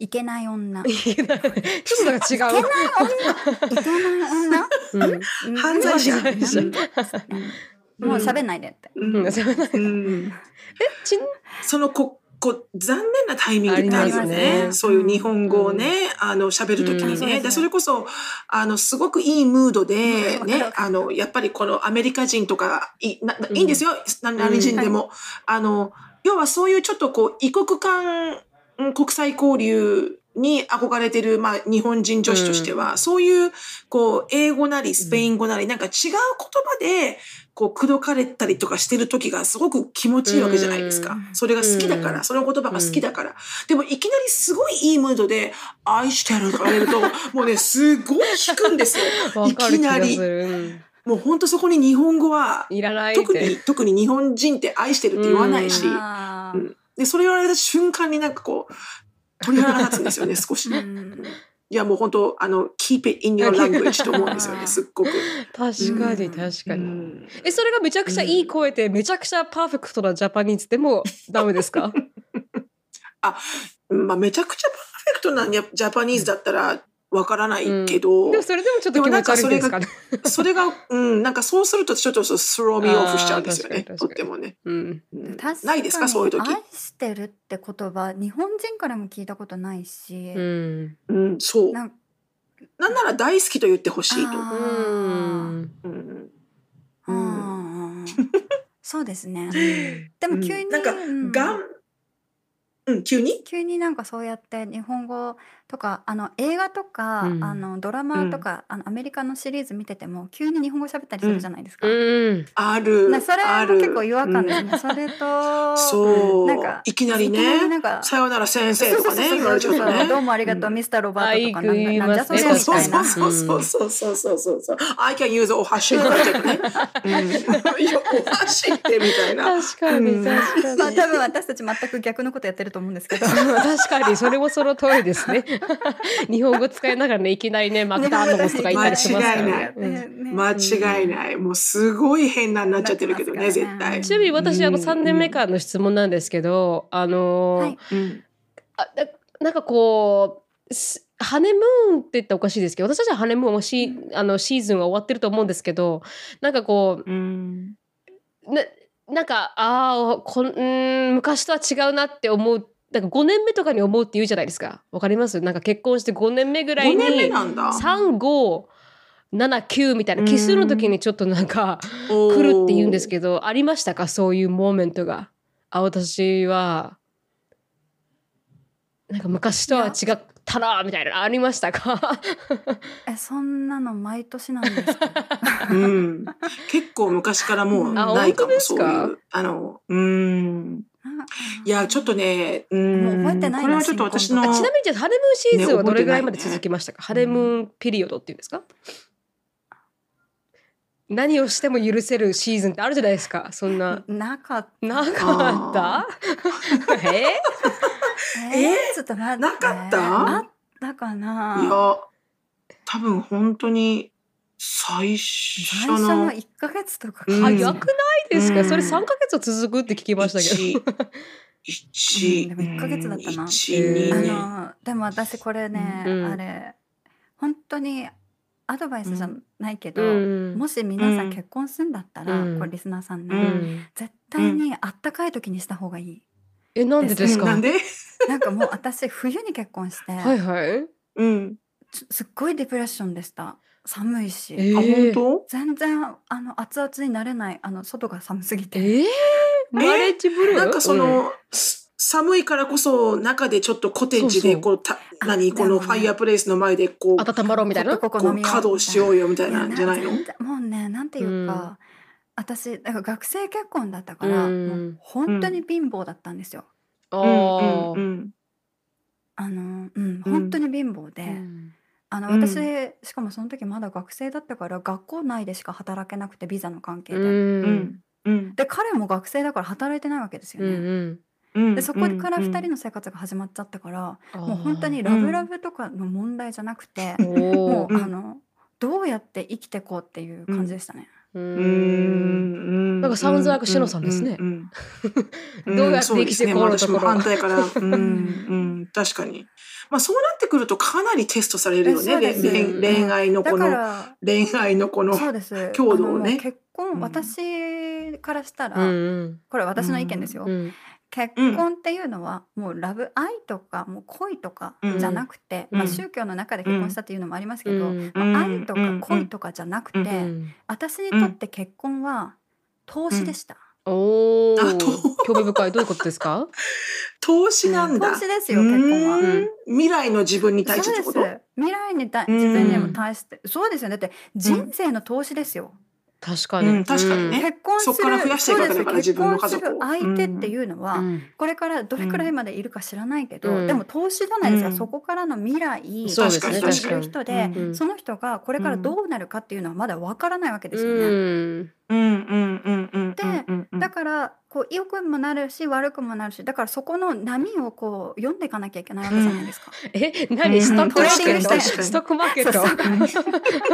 Speaker 1: いけない女。い
Speaker 2: いけないちょっとなんか違。
Speaker 1: けないう女。いけない女。
Speaker 2: うん
Speaker 1: うん
Speaker 3: 犯罪者
Speaker 1: なんか
Speaker 2: うん
Speaker 1: もう喋んないでって。
Speaker 3: う
Speaker 2: うん んそうなんだ
Speaker 3: うん
Speaker 2: ちん
Speaker 3: そのここ残念なタイミングってあるよ
Speaker 2: あります
Speaker 3: ね
Speaker 2: ね
Speaker 3: そういう日本語をね、あの喋るとき
Speaker 2: うん
Speaker 3: に
Speaker 1: そう
Speaker 3: ね、
Speaker 1: ですね
Speaker 3: でそれこそあのすごくいいムードで
Speaker 1: うん
Speaker 3: ねあのやっぱりこのアメリカ人とかいなないいんですよ、何何人でも、あの要はそういうちょっとこう異国間うん国際交流に憧れてる、まあ、日本人女子としては、そういう、こう、英語なり、スペイン語なり、なんか違う言葉で、こう、口説かれたりとかしてる時がすごく気持ちいいわけじゃないですか。それが好きだから、その言葉が好きだから。でも、いきなりすごいいいムードで、愛してるとか言 われると、もうね、すごい引くんですよ。
Speaker 2: わかる気が
Speaker 3: いき
Speaker 2: す
Speaker 3: な
Speaker 2: る。うん
Speaker 3: もうほんとそこに日本語は、
Speaker 2: いらないっ
Speaker 3: 特
Speaker 2: て
Speaker 3: に。、特に日本人って愛してるって言わないし、
Speaker 1: あー
Speaker 3: うんで、それ言われた瞬間になんかこう、鳥肌が立つんで すよね、少し
Speaker 1: う
Speaker 3: ね。
Speaker 1: ん
Speaker 3: いや、もう本当あの、keep it in your language と思うんですよ ね、すっごく。
Speaker 2: 確か
Speaker 1: う
Speaker 2: に
Speaker 1: ん
Speaker 2: 確
Speaker 3: う
Speaker 2: かに。
Speaker 3: ん
Speaker 2: え、それがめちゃくちゃいい声で、めちゃくちゃパーフェクトなジャパニーズで もダメですか
Speaker 3: まあ、めちゃくちゃパーフェクトなジャジャパニーズだったら、わからないけど、
Speaker 2: でもそれでもちょっと気持ち悪いですかね。
Speaker 3: それが、うん、なんかそうするとちょっとスローミーオフしちゃうんですよね、
Speaker 2: あー確
Speaker 3: と
Speaker 2: かに確かに
Speaker 3: ってもね。
Speaker 2: うん。
Speaker 3: うん
Speaker 1: 確か
Speaker 3: な
Speaker 1: に
Speaker 3: いですか、そういう時
Speaker 1: 愛。してるって言葉日本人からも聞いたことないし、
Speaker 2: うん。
Speaker 3: うん、そう。
Speaker 1: なんか
Speaker 3: なんなら大好きと言ってほしいと。
Speaker 1: あ
Speaker 2: うん。
Speaker 3: うん
Speaker 1: あ
Speaker 3: うん
Speaker 1: ーそうです ねで
Speaker 3: う
Speaker 1: も
Speaker 3: ん
Speaker 1: 急に、
Speaker 3: なんか
Speaker 1: うん
Speaker 3: がん、うん、急に
Speaker 1: 急になんかそうやって日本語とかあの映画とか、
Speaker 2: うん
Speaker 1: あのドラマとか、あのアメリカのシリーズ見てても急に日本語喋ったりするじゃないですか。
Speaker 2: うん。
Speaker 3: ある。
Speaker 1: なそれ
Speaker 3: あ
Speaker 1: は
Speaker 3: る
Speaker 1: 結構違和感ですね。それ
Speaker 3: う
Speaker 1: と
Speaker 3: んそう、
Speaker 1: なんか
Speaker 3: いきなり
Speaker 1: いきなり
Speaker 3: ね
Speaker 1: な、んか
Speaker 3: さよなら先生とかね、言われちゃうと
Speaker 1: どう
Speaker 3: ね。
Speaker 1: もありがとう、
Speaker 3: うん
Speaker 1: ミスターロバートとかなん
Speaker 2: あ
Speaker 1: か
Speaker 2: いい
Speaker 1: なんじゃそ
Speaker 2: 言
Speaker 1: り
Speaker 2: い
Speaker 1: ゃ
Speaker 3: そう
Speaker 1: み
Speaker 3: そう
Speaker 1: たいな。
Speaker 3: そうそうそうそうそうそうそう。I can use お箸になっちゃうとね。うんいやお箸ってみたいな。
Speaker 2: 確かに
Speaker 3: うん
Speaker 2: 確かに。
Speaker 1: まあ多分私たち全く逆のことやってると思うんですけど。
Speaker 2: 確かにそれもその通りです ね日本語使いながらねいきなりねマクダーノとか言ったりしますから
Speaker 3: 間違いない
Speaker 2: ねうん
Speaker 3: 間違いない。もうすごい変なになっちゃってるけどね、
Speaker 1: なってます
Speaker 3: 絶
Speaker 1: からね
Speaker 3: 対
Speaker 2: ち。なみに私あの
Speaker 3: うん
Speaker 2: 3年目からの質問なんですけどあのー
Speaker 1: はい
Speaker 3: うん
Speaker 2: あななんかこうすハネムーンって言ったらおかしいですけど私たちはハネムーンもシーあのシーズンは終わってると思うんですけどなんかこ
Speaker 3: うん
Speaker 2: うななんかああこんうーん昔とは違うなって思うなんか5年目とかに思うって言うじゃないですかわかりますなんか結婚して5年目ぐらい
Speaker 3: 5
Speaker 2: に
Speaker 3: 年目なんだ。
Speaker 2: 3579みたいな奇数の時にちょっとなんか来
Speaker 3: 来
Speaker 2: るって言うんですけどありましたかそういうモーメントがあ私はなんか昔とは違ったなみたいなありましたか
Speaker 1: えそんなの毎年なんですけど。
Speaker 3: うん、結構昔からもうないかも
Speaker 2: あ
Speaker 3: そう
Speaker 2: 本当
Speaker 3: い
Speaker 2: で
Speaker 3: うあのうん いやちょっとねうん
Speaker 1: もう覚えてないな
Speaker 3: これはちょっと私の
Speaker 1: 新
Speaker 2: あ
Speaker 1: 婚
Speaker 2: ちなみにじゃあハネムーンシーズンは
Speaker 3: ね
Speaker 2: どれぐらい
Speaker 3: 覚えてないね
Speaker 2: まで続きましたか、ハネムーンピリオドっていうんですか何をしても許せるシーズンってあるじゃないですかそんな
Speaker 1: なかった。
Speaker 2: なかったえ
Speaker 1: え
Speaker 3: え
Speaker 1: ちょっと待って。
Speaker 3: なかった
Speaker 1: あったかない
Speaker 3: や多分本当に最初
Speaker 1: 最初
Speaker 3: の
Speaker 1: の一ヶ月とかか
Speaker 3: うん
Speaker 1: な。
Speaker 2: 早くないですか、
Speaker 3: うん
Speaker 2: それ3ヶ月は続くって聞きましたけど。
Speaker 3: 1
Speaker 1: うんでも一ヶ月だったな
Speaker 2: えー
Speaker 1: あのでも私これね、
Speaker 2: うん
Speaker 1: あれ本当にアドバイスじゃないけど、
Speaker 2: うん
Speaker 1: もし皆さ
Speaker 3: う
Speaker 1: ん
Speaker 3: ん
Speaker 1: 結婚するんだったら、
Speaker 2: うん
Speaker 1: これリスナーさん
Speaker 2: う
Speaker 1: ね、
Speaker 2: ん
Speaker 1: 絶対にあったかい時にした方がいい。
Speaker 2: え、なんでですか
Speaker 3: なんで
Speaker 1: なんかもう私冬に結婚して、
Speaker 2: はいはい。
Speaker 3: うん
Speaker 1: すすっごいデプレッションでした。寒いし。
Speaker 3: あ
Speaker 2: え
Speaker 3: 本
Speaker 2: ー、
Speaker 3: 当
Speaker 1: 全然あの熱々になれないあの外が寒すぎ
Speaker 2: え
Speaker 1: て、
Speaker 2: ー、マレッジブルー
Speaker 3: なんかそ、
Speaker 2: うん
Speaker 3: のす寒いからこそ中でちょっとコテージで
Speaker 2: そうそう
Speaker 3: こうた何こ
Speaker 1: でも
Speaker 3: の
Speaker 1: ね
Speaker 3: ファイアープレイスの前でこう
Speaker 2: 温まろうみたいな。
Speaker 1: ここ
Speaker 3: こ
Speaker 1: 飲
Speaker 3: う
Speaker 1: みよう
Speaker 3: 稼働しようよみたい
Speaker 1: いや
Speaker 3: なんじゃないの
Speaker 1: 全然もうねなんていうか、
Speaker 2: う
Speaker 1: 私だから学生結婚だったから、
Speaker 2: うん
Speaker 1: もう本当に貧乏だったんですよ、
Speaker 2: あ
Speaker 3: うん
Speaker 2: ー
Speaker 3: うん
Speaker 1: あのうん本当に貧乏で、あの
Speaker 3: うん
Speaker 1: 私、しかもその時まだ学生だったから学校内でしか働けなくてビザの関係
Speaker 2: う
Speaker 1: で、
Speaker 2: ん。
Speaker 3: うん
Speaker 1: で彼も学生だから働いてないわけですよ
Speaker 2: う
Speaker 1: ね、
Speaker 2: ん。
Speaker 3: うん
Speaker 1: でそこから2人
Speaker 3: の
Speaker 1: の生活が始まっちゃったから、
Speaker 2: も
Speaker 1: もう本当に
Speaker 3: ん
Speaker 1: ラブラブとかの問題じゃなくて、もう、
Speaker 2: お
Speaker 3: うん
Speaker 1: あのどうやって生きてこうっていう感じでしたね。
Speaker 2: う。
Speaker 3: うんん
Speaker 2: なんかサウンズライクシノさんですね
Speaker 3: うん
Speaker 2: ど
Speaker 3: ん
Speaker 2: うやって生きてこうのとこ
Speaker 3: そうですね私
Speaker 2: ろ
Speaker 3: も反対から、うん、うんん、確かに。まあそうなってくるとかなりテストされるよね、
Speaker 1: そうです
Speaker 3: れん恋愛の
Speaker 1: だ
Speaker 3: こ
Speaker 1: か
Speaker 3: の、
Speaker 1: ら
Speaker 3: 恋愛のこの。
Speaker 1: そうです
Speaker 3: 強度
Speaker 1: あの
Speaker 3: をね
Speaker 1: もう結婚、
Speaker 3: うん
Speaker 1: 私からしたら、
Speaker 2: うん。
Speaker 1: これ私の意見ですよ、
Speaker 2: うん。
Speaker 1: 結婚っていうのはもうラブ愛とかもう恋とかじゃなくて、
Speaker 3: うん
Speaker 1: まあ、宗教の中で結婚したっていうのもありますけど、
Speaker 2: うん
Speaker 1: まあ愛と
Speaker 3: う
Speaker 1: か
Speaker 3: ん
Speaker 1: 恋とかじゃなくて、
Speaker 3: うん
Speaker 2: うん
Speaker 1: 私にとって結婚は投資でした、
Speaker 2: おお
Speaker 3: あと
Speaker 2: 興味深いどういうことですか
Speaker 3: 投資なんだ。
Speaker 1: 投資ですよ結婚は
Speaker 3: うーん未来の自分に対してって
Speaker 1: そ
Speaker 3: こ
Speaker 1: う
Speaker 3: と
Speaker 1: です未来に対
Speaker 3: うん
Speaker 1: 自分にも対してそうですよねだって人生の投資ですよ、
Speaker 2: 確かに、
Speaker 3: うん、確かにね。
Speaker 1: 結婚する
Speaker 3: そっから増やしていくわけだ
Speaker 1: そ
Speaker 3: から
Speaker 1: うです
Speaker 3: 自分の家族を
Speaker 1: 結婚する相手っていうのは、
Speaker 2: うん
Speaker 1: これからどれくらいまでいるか知らないけど、
Speaker 2: うん
Speaker 1: でも投資じゃないですか、
Speaker 3: うん
Speaker 1: そこからの未来
Speaker 2: そう
Speaker 3: です
Speaker 1: 投
Speaker 3: ね
Speaker 1: 資してる人で
Speaker 3: 確かに
Speaker 2: うん
Speaker 1: その人がこれからどうなるかっていうのはまだわからないわけですよね。
Speaker 2: うん
Speaker 3: うんうんうんうん
Speaker 1: で
Speaker 3: うんうん
Speaker 1: だからこう良くもなるし悪くもなるしだからそこの波をこう読んでいかなきゃいけないわけじゃないですか。
Speaker 2: え
Speaker 3: う
Speaker 2: 何
Speaker 3: ん
Speaker 2: ストックマーケ
Speaker 1: ト
Speaker 2: ッ
Speaker 1: レーディン
Speaker 2: ト
Speaker 1: グして
Speaker 2: ストックマーケット
Speaker 1: そう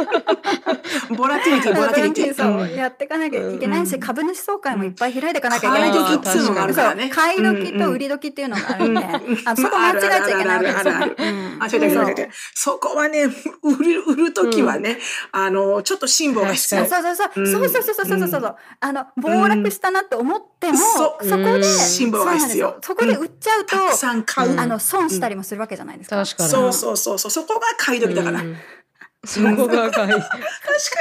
Speaker 3: ボラティリティボラティリティ。
Speaker 1: そう
Speaker 3: うん
Speaker 1: やっていかなきゃいけないし、
Speaker 3: うん
Speaker 1: 株主総会もいっぱい開いていかなきゃいけな
Speaker 3: 買
Speaker 1: い
Speaker 3: い
Speaker 1: し
Speaker 3: 時っていうのがあるからね。
Speaker 1: そう買い時
Speaker 3: うん
Speaker 1: と
Speaker 3: うん
Speaker 1: 売り時っていうのがあるんで、
Speaker 3: うん
Speaker 1: あそこ間違えちゃいけないわけですよ。
Speaker 3: あるあるあるある
Speaker 1: うん
Speaker 3: あ、違う違う違う違う
Speaker 1: そう
Speaker 3: そこはね、 売る、売るときはね、あの、ちょっと辛抱が必
Speaker 1: そ
Speaker 3: 要
Speaker 1: う。そうそう
Speaker 3: うん
Speaker 1: そうそうそうそうそうそうそう、
Speaker 3: う
Speaker 1: あの暴落したなって思っても、
Speaker 3: そう
Speaker 1: そこ
Speaker 2: うん
Speaker 1: で
Speaker 2: 辛
Speaker 3: 抱
Speaker 1: そうな
Speaker 3: が必要
Speaker 1: んですよそこで売っちゃうと、
Speaker 3: たくさん買う。
Speaker 2: うん
Speaker 1: あの損したりもするわけじゃないですか。
Speaker 2: 確かに
Speaker 3: そうそうそうそう。そこが買い時だから。
Speaker 2: う
Speaker 3: 確
Speaker 2: んそこが赤い
Speaker 3: か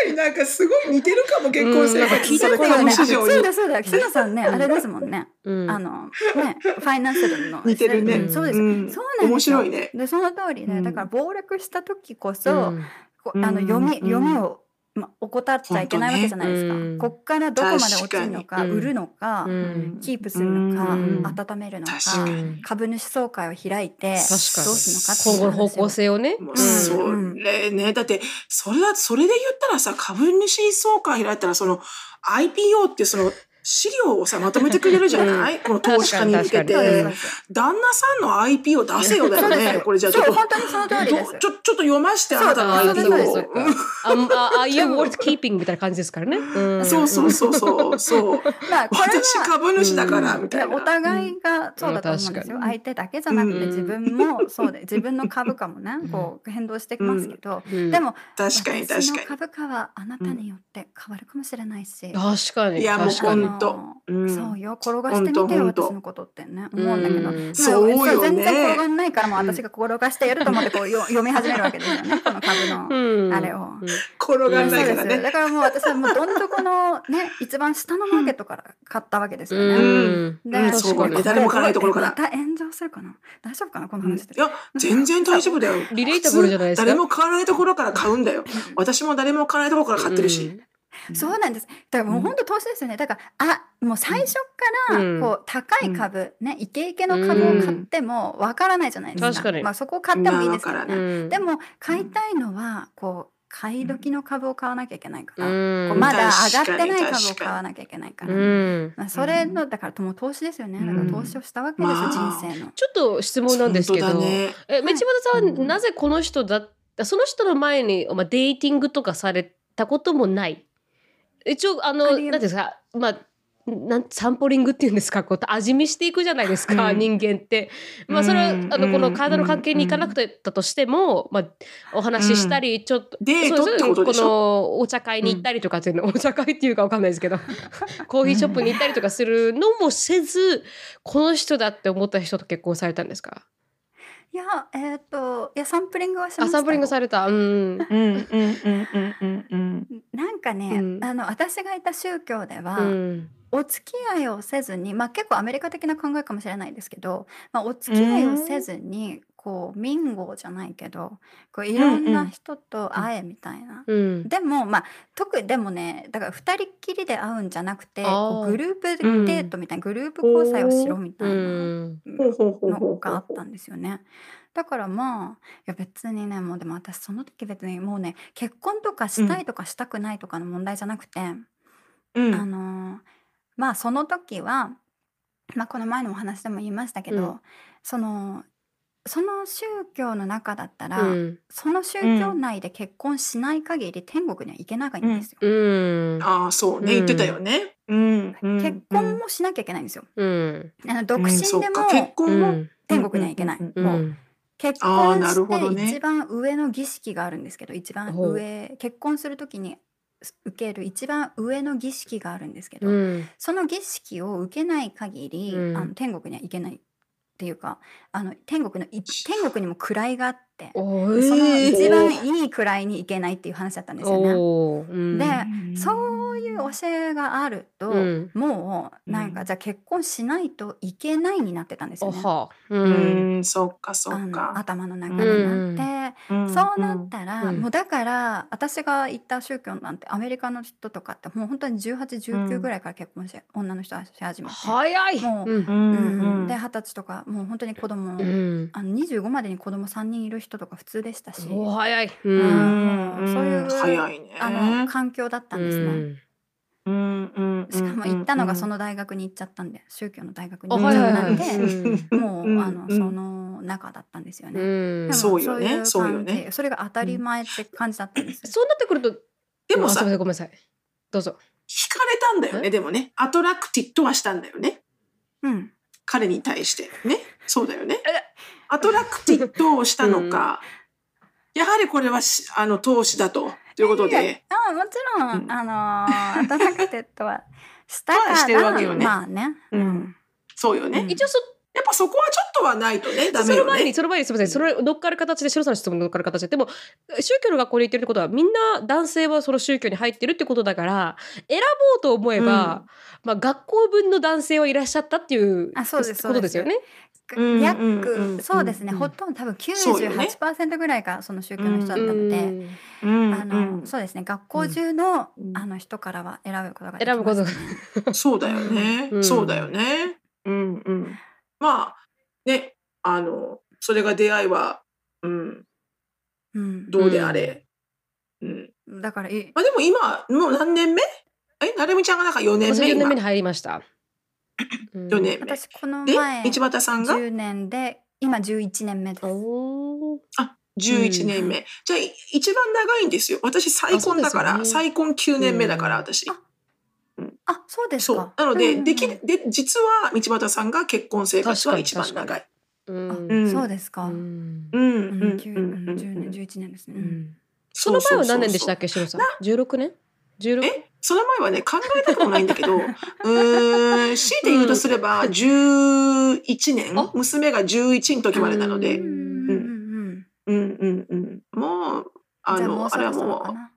Speaker 3: になんかすごい似てるかも、結婚生
Speaker 2: うんなんか
Speaker 3: 活。
Speaker 2: 聞いたことある
Speaker 3: そ
Speaker 1: そ
Speaker 3: れ株市
Speaker 1: うだよねそう。
Speaker 3: 場に
Speaker 1: だそうだ。キセノさんね、あれですもんね。
Speaker 2: う ん
Speaker 1: あのね、ファイナンシャルの
Speaker 3: 似てるね
Speaker 1: うんそうです。
Speaker 3: うん
Speaker 1: そうなんですよ
Speaker 3: 面白いね
Speaker 1: でその通り
Speaker 3: う
Speaker 1: ね。
Speaker 3: ん
Speaker 1: だから暴落した時こそ、
Speaker 2: ん
Speaker 1: こあの
Speaker 3: うん
Speaker 1: 読み
Speaker 3: うん
Speaker 1: 読みをま怠っちゃいけないわけじゃないですか。
Speaker 2: 本当ねうん
Speaker 1: こっからどこまで落ちるのか、
Speaker 2: 確かに
Speaker 1: 売るのか、
Speaker 2: うん
Speaker 1: キープするのか、
Speaker 2: うん
Speaker 1: 温めるのか、
Speaker 3: 確かに
Speaker 1: 株主総会を開いてどう
Speaker 2: 確かに
Speaker 1: する
Speaker 2: 今後
Speaker 1: の
Speaker 2: の
Speaker 1: かっていう話を
Speaker 2: 方向性をね
Speaker 3: も
Speaker 2: う
Speaker 3: うんそれね、だって、それは、それで言ったらさ、株主総会開いたら、その、IPO っていうその、資料をさ、まとめてくれるじゃない、この投資家に向
Speaker 2: 確
Speaker 3: け
Speaker 2: かに
Speaker 1: そう
Speaker 3: て
Speaker 1: で。す
Speaker 3: 旦那さんの IP を出せよだ
Speaker 1: そ
Speaker 3: よ
Speaker 1: うです
Speaker 3: ね。これじゃあちょっ
Speaker 1: そ
Speaker 3: と
Speaker 1: う。本当にその通りです
Speaker 3: どちょ、ちょっと読まして、あなたの
Speaker 1: あ
Speaker 2: あ
Speaker 1: ー
Speaker 2: あ、
Speaker 1: そう
Speaker 3: IP
Speaker 1: か
Speaker 2: そう
Speaker 1: そ
Speaker 2: そうう
Speaker 3: を。
Speaker 2: か。あ、あ、いや、worth keeping みたいな感じですからね。うん
Speaker 3: そうそうそうそう。そう。
Speaker 1: まあこれ
Speaker 3: 私
Speaker 1: は
Speaker 3: 株主だから、
Speaker 1: うん
Speaker 3: みたいな。
Speaker 1: お互いがそうだと思うんですよ、
Speaker 2: うん
Speaker 1: 相手だけじゃなく
Speaker 2: う
Speaker 1: て
Speaker 2: ん
Speaker 1: 自分もそうで自分の株価もねこう変動してきますけど、
Speaker 2: うん
Speaker 1: でも
Speaker 3: 確かに確
Speaker 1: 私の
Speaker 3: か
Speaker 1: 株価はあなたによって変わるかもしれないし、
Speaker 2: 確かに。
Speaker 3: いやもう
Speaker 2: 確かに
Speaker 3: ほんと
Speaker 1: あの
Speaker 3: うん
Speaker 1: そうよ転がしてみ
Speaker 3: ほん
Speaker 1: て
Speaker 3: と
Speaker 1: よ
Speaker 3: ほんと
Speaker 1: 私のことってね思うんだけど、
Speaker 2: うん
Speaker 1: まあ
Speaker 3: そうよね
Speaker 1: 全然転がんないからもう私が転がしてやると思ってこうよ読み始めるわけですよねこの株の。
Speaker 2: うん
Speaker 1: あれを
Speaker 2: うん
Speaker 3: に。転がん
Speaker 1: そう
Speaker 3: ない
Speaker 1: で
Speaker 3: か
Speaker 1: す
Speaker 3: ら
Speaker 1: よ
Speaker 3: ね。
Speaker 1: だからもう私はもうどん底のね一番下のマーケットから買ったわけですよね。
Speaker 2: うん
Speaker 1: で
Speaker 3: うん
Speaker 2: そうね
Speaker 3: 誰も買わないところから
Speaker 1: また炎上するかな大丈夫かなこの
Speaker 3: うんい
Speaker 1: 話で。
Speaker 3: や、全然大丈夫だよ。
Speaker 2: リレータブルじゃないですか
Speaker 3: 普通誰も買わないところから買うんだよ。私も誰も買わないところから買ってるし。。
Speaker 1: そうなんです。だからもう本当投資ですよね。だから、あ、もう最初から、
Speaker 2: うん
Speaker 1: こう、高い株、ね、イケイケの株を買っても、わからないじゃないですか。
Speaker 2: うん確かに
Speaker 1: まあ、そこを買ってもいいですから
Speaker 3: う
Speaker 2: う
Speaker 1: ね。
Speaker 2: ん
Speaker 1: で、も、買いたいのは、こう、買い時の株を買わなきゃいけないから、
Speaker 2: うん
Speaker 1: こうまだ
Speaker 3: 確か
Speaker 1: 上
Speaker 3: に
Speaker 1: がってない株を買わなきゃいけないから。
Speaker 2: うん
Speaker 1: まあ、それの、だから、もう投資ですよね。だから投資をしたわけですよ、
Speaker 3: うん
Speaker 1: 人生の。
Speaker 2: ちょっと質問なんですけど、
Speaker 3: 本当だね。
Speaker 2: え、道端さんは
Speaker 3: うん
Speaker 2: なぜこの人だった、その人の前に、まあ、デーティングとかされたこともない。一応、あ
Speaker 1: あ
Speaker 2: の、
Speaker 1: りえ
Speaker 2: なんていうんですか、まあ、なんサンポリングっていうんですかこう味見していくじゃないですか、
Speaker 3: うん
Speaker 2: 人間って、まあ、それは、
Speaker 3: うん
Speaker 2: あのこ
Speaker 3: う
Speaker 2: の
Speaker 3: ん
Speaker 2: 体の関係に行かなくてたとしても、まあ、お話ししたり、ちょっと
Speaker 3: デー
Speaker 2: そう
Speaker 3: ト
Speaker 2: そう
Speaker 3: ってことでしょ
Speaker 2: のお茶会に行ったりとかっていうの、お茶会っていうかわかんない ですけどコーヒーショップに行ったりとかするのもせずこの人だって思った人と結婚されたんですか
Speaker 1: いや、えっ、と、いや、サンプリングはしま
Speaker 2: あ
Speaker 1: したよ。
Speaker 2: サンプリングされたうん
Speaker 3: うんうんうんうんうんうん。
Speaker 1: なんかね、
Speaker 2: うん
Speaker 1: あの私がいた宗教では、
Speaker 2: うん
Speaker 1: お付き合いをせずに、まあ、結構アメリカ的な考えかもしれないですけど、まあ、お付き合いをせずに、こう民号じゃないけどこういろんな人と会えみたいな。
Speaker 2: うん
Speaker 1: でもまあ特にでもねだから2人っきりで会うんじゃなくて
Speaker 2: あー
Speaker 1: こうグループデートみたいな、グループ交際をしろみた
Speaker 2: う
Speaker 1: いな。
Speaker 2: ん
Speaker 3: ほうほうほうほ
Speaker 1: の
Speaker 3: う
Speaker 1: があったんですよね。だからまあいや別にねもうでも私その時別にもうね結婚とかしたいとかしたくないとかの問題じゃなくて、
Speaker 3: うん
Speaker 1: あのーまあその時は、まあ、この前のお話でも言いましたけど、
Speaker 2: うん
Speaker 1: そのその宗教の中だったら、
Speaker 2: うん
Speaker 1: その宗教内で結婚しない限り天国には行けないんですよ。
Speaker 2: うん
Speaker 3: ああ、そうね。言ってたよね。うん。うん
Speaker 1: 結婚もしなきゃいけないんですよ。
Speaker 2: うん
Speaker 1: あの独身
Speaker 3: うんそう
Speaker 1: で
Speaker 3: か結
Speaker 1: も
Speaker 2: う
Speaker 3: 婚も
Speaker 2: ん
Speaker 1: 天国には行けない。
Speaker 3: うん
Speaker 2: う
Speaker 1: もうん結
Speaker 3: あー
Speaker 1: 婚
Speaker 3: なるほ
Speaker 1: し
Speaker 3: ど
Speaker 1: て
Speaker 3: ね
Speaker 1: 一番上の儀式があるんですけど一番
Speaker 2: ほう
Speaker 1: 上結婚する時に受ける一番上の儀式があるんですけど、
Speaker 2: うん
Speaker 1: その儀式を受けない限り、
Speaker 2: うん
Speaker 1: あの天国には行けないっていうかあの天国のい天国にも位があって
Speaker 2: お
Speaker 1: その
Speaker 2: え
Speaker 1: 一番いい位に行けないっていう話だったんですよね。
Speaker 2: おーうん
Speaker 1: でそういう教えがあると、
Speaker 2: うん
Speaker 1: もうなんか、
Speaker 3: うん
Speaker 1: じゃあ結婚しないといけないになってたんです
Speaker 2: お
Speaker 1: よね。
Speaker 2: は。う。
Speaker 3: うんん、そっかそ
Speaker 1: あ
Speaker 3: っ
Speaker 1: の
Speaker 3: か。
Speaker 1: 頭の中になって、そうなったら、
Speaker 2: うん
Speaker 1: もうだから私が行った宗教なんてアメリカの人とかってもう本当に
Speaker 3: う
Speaker 1: 1819
Speaker 3: ん
Speaker 1: ぐらいから結婚して、女の人はし始めて、
Speaker 2: 早い。
Speaker 1: もう
Speaker 2: うん
Speaker 3: う。
Speaker 1: うんんで
Speaker 3: うん
Speaker 1: 二十歳とかもう本当に子供、
Speaker 2: うん。
Speaker 1: あの25までに子供3人いる人とか普通でしたし、
Speaker 2: お早い。う。
Speaker 1: うんん
Speaker 3: うん
Speaker 1: そういう
Speaker 3: 早いね。
Speaker 1: あの環境だったんですね。
Speaker 3: うんうん
Speaker 1: しかも行ったのがそ
Speaker 3: の
Speaker 1: の大学に行っちゃったんで宗教の大学に
Speaker 2: お
Speaker 1: 行っち
Speaker 2: 早
Speaker 1: ゃ
Speaker 2: い
Speaker 1: っ
Speaker 2: は
Speaker 1: た
Speaker 2: い
Speaker 1: ん
Speaker 2: は
Speaker 1: で
Speaker 2: い。
Speaker 1: もう、
Speaker 3: うん
Speaker 1: あの
Speaker 3: うん
Speaker 1: その中だったんですよ
Speaker 2: う
Speaker 1: ね。
Speaker 2: ん。
Speaker 1: でも
Speaker 3: そうよねそうよ
Speaker 1: 関係
Speaker 3: ね
Speaker 1: それが当たり前って感じだったんですよ。
Speaker 2: そうなってくると。
Speaker 3: でも
Speaker 2: あす
Speaker 3: さ
Speaker 2: みません
Speaker 3: 惹か
Speaker 2: ごめんなさい。どうぞ。
Speaker 3: れたんだよねでもねアトラクティッドはしたんだよね
Speaker 1: うん、
Speaker 3: 彼に対してねそうだよねアトラクティッドをしたのか、やはりこれはしあの投資だとということ
Speaker 1: いやいや
Speaker 3: で
Speaker 1: あもちろん、
Speaker 3: うん
Speaker 1: あのー、アトラクテッドはしたか
Speaker 3: まあしてるわけよ
Speaker 1: ら、
Speaker 3: ね
Speaker 1: まあね。
Speaker 3: うんそうよね、
Speaker 1: うん
Speaker 3: やっ
Speaker 2: 一応そ
Speaker 3: ぱそこはちょっとはないとねダ
Speaker 2: そ
Speaker 3: メ
Speaker 2: の
Speaker 3: よ
Speaker 2: 前に
Speaker 3: ね
Speaker 2: その前にすみませんそれ乗っかる形で白さんの質問に乗っかる形ででも宗教の学校に行ってるってことはみんな男性はその宗教に入ってるってことだから選ぼうと思えば、まあ、学校分の男性はいらっしゃったっていう
Speaker 1: あそうです
Speaker 2: ことですよね。
Speaker 3: うん
Speaker 1: 約、
Speaker 3: うんうん
Speaker 1: そうですね、
Speaker 2: うん
Speaker 1: ほとんど多分
Speaker 3: そうよね
Speaker 1: 98%ぐらいがその宗教の人だった
Speaker 2: う
Speaker 1: ので、
Speaker 2: ん
Speaker 3: うん
Speaker 1: あの
Speaker 3: うん
Speaker 1: そうですね学校中の,、
Speaker 3: うん
Speaker 1: あの人からは選ぶことができ
Speaker 2: 選ぶこと
Speaker 1: ま
Speaker 2: が
Speaker 1: すね
Speaker 3: そうだよね、
Speaker 2: うん
Speaker 3: そうだよね。うんうん。まあねあのそれが出会いは、うん、
Speaker 1: うん
Speaker 3: どうであれ。うん
Speaker 1: だからい
Speaker 3: まあでも今もう何年目えなるみちゃんがなんか4年
Speaker 2: 私
Speaker 3: 目
Speaker 2: 4年
Speaker 3: 今
Speaker 2: 目に入りました。
Speaker 3: 4年目。
Speaker 1: 私この
Speaker 3: で
Speaker 1: 前
Speaker 3: 道端さんが
Speaker 1: 10年で今11年目です。
Speaker 2: おー
Speaker 3: 11年目、じゃあい一番長いんですよ私再婚だか
Speaker 2: あ
Speaker 3: ら、
Speaker 2: そうですよね
Speaker 3: 再婚9年目だから
Speaker 2: うん
Speaker 3: 私、
Speaker 1: ああそうです
Speaker 3: そう
Speaker 1: か。
Speaker 3: なので、
Speaker 1: うんうん
Speaker 3: できで実は道端さんが結婚生活は一番
Speaker 2: 確か
Speaker 3: 長い。
Speaker 2: う
Speaker 1: あ
Speaker 2: ん
Speaker 3: ん
Speaker 1: そうですか。うん
Speaker 3: うんう
Speaker 1: うんん
Speaker 3: うん
Speaker 1: 九
Speaker 3: う
Speaker 1: うん
Speaker 3: ん
Speaker 1: 10
Speaker 3: う
Speaker 1: 年
Speaker 3: ん
Speaker 1: 11年ですね。
Speaker 2: う
Speaker 1: うん
Speaker 2: んその前は何年でしたっ
Speaker 3: け
Speaker 2: け、白さん。16年 ?16
Speaker 3: えその前はね考えたくもないんだ けどうーん強いて言うとすれば11年、
Speaker 2: あ
Speaker 3: 娘が11の時までなの
Speaker 1: う
Speaker 3: で、
Speaker 1: んうんうん
Speaker 3: うんうんうん、もうあ
Speaker 1: じゃ
Speaker 3: の
Speaker 1: もう
Speaker 3: あ
Speaker 1: そ
Speaker 3: れは
Speaker 1: ろそろか
Speaker 3: も
Speaker 1: な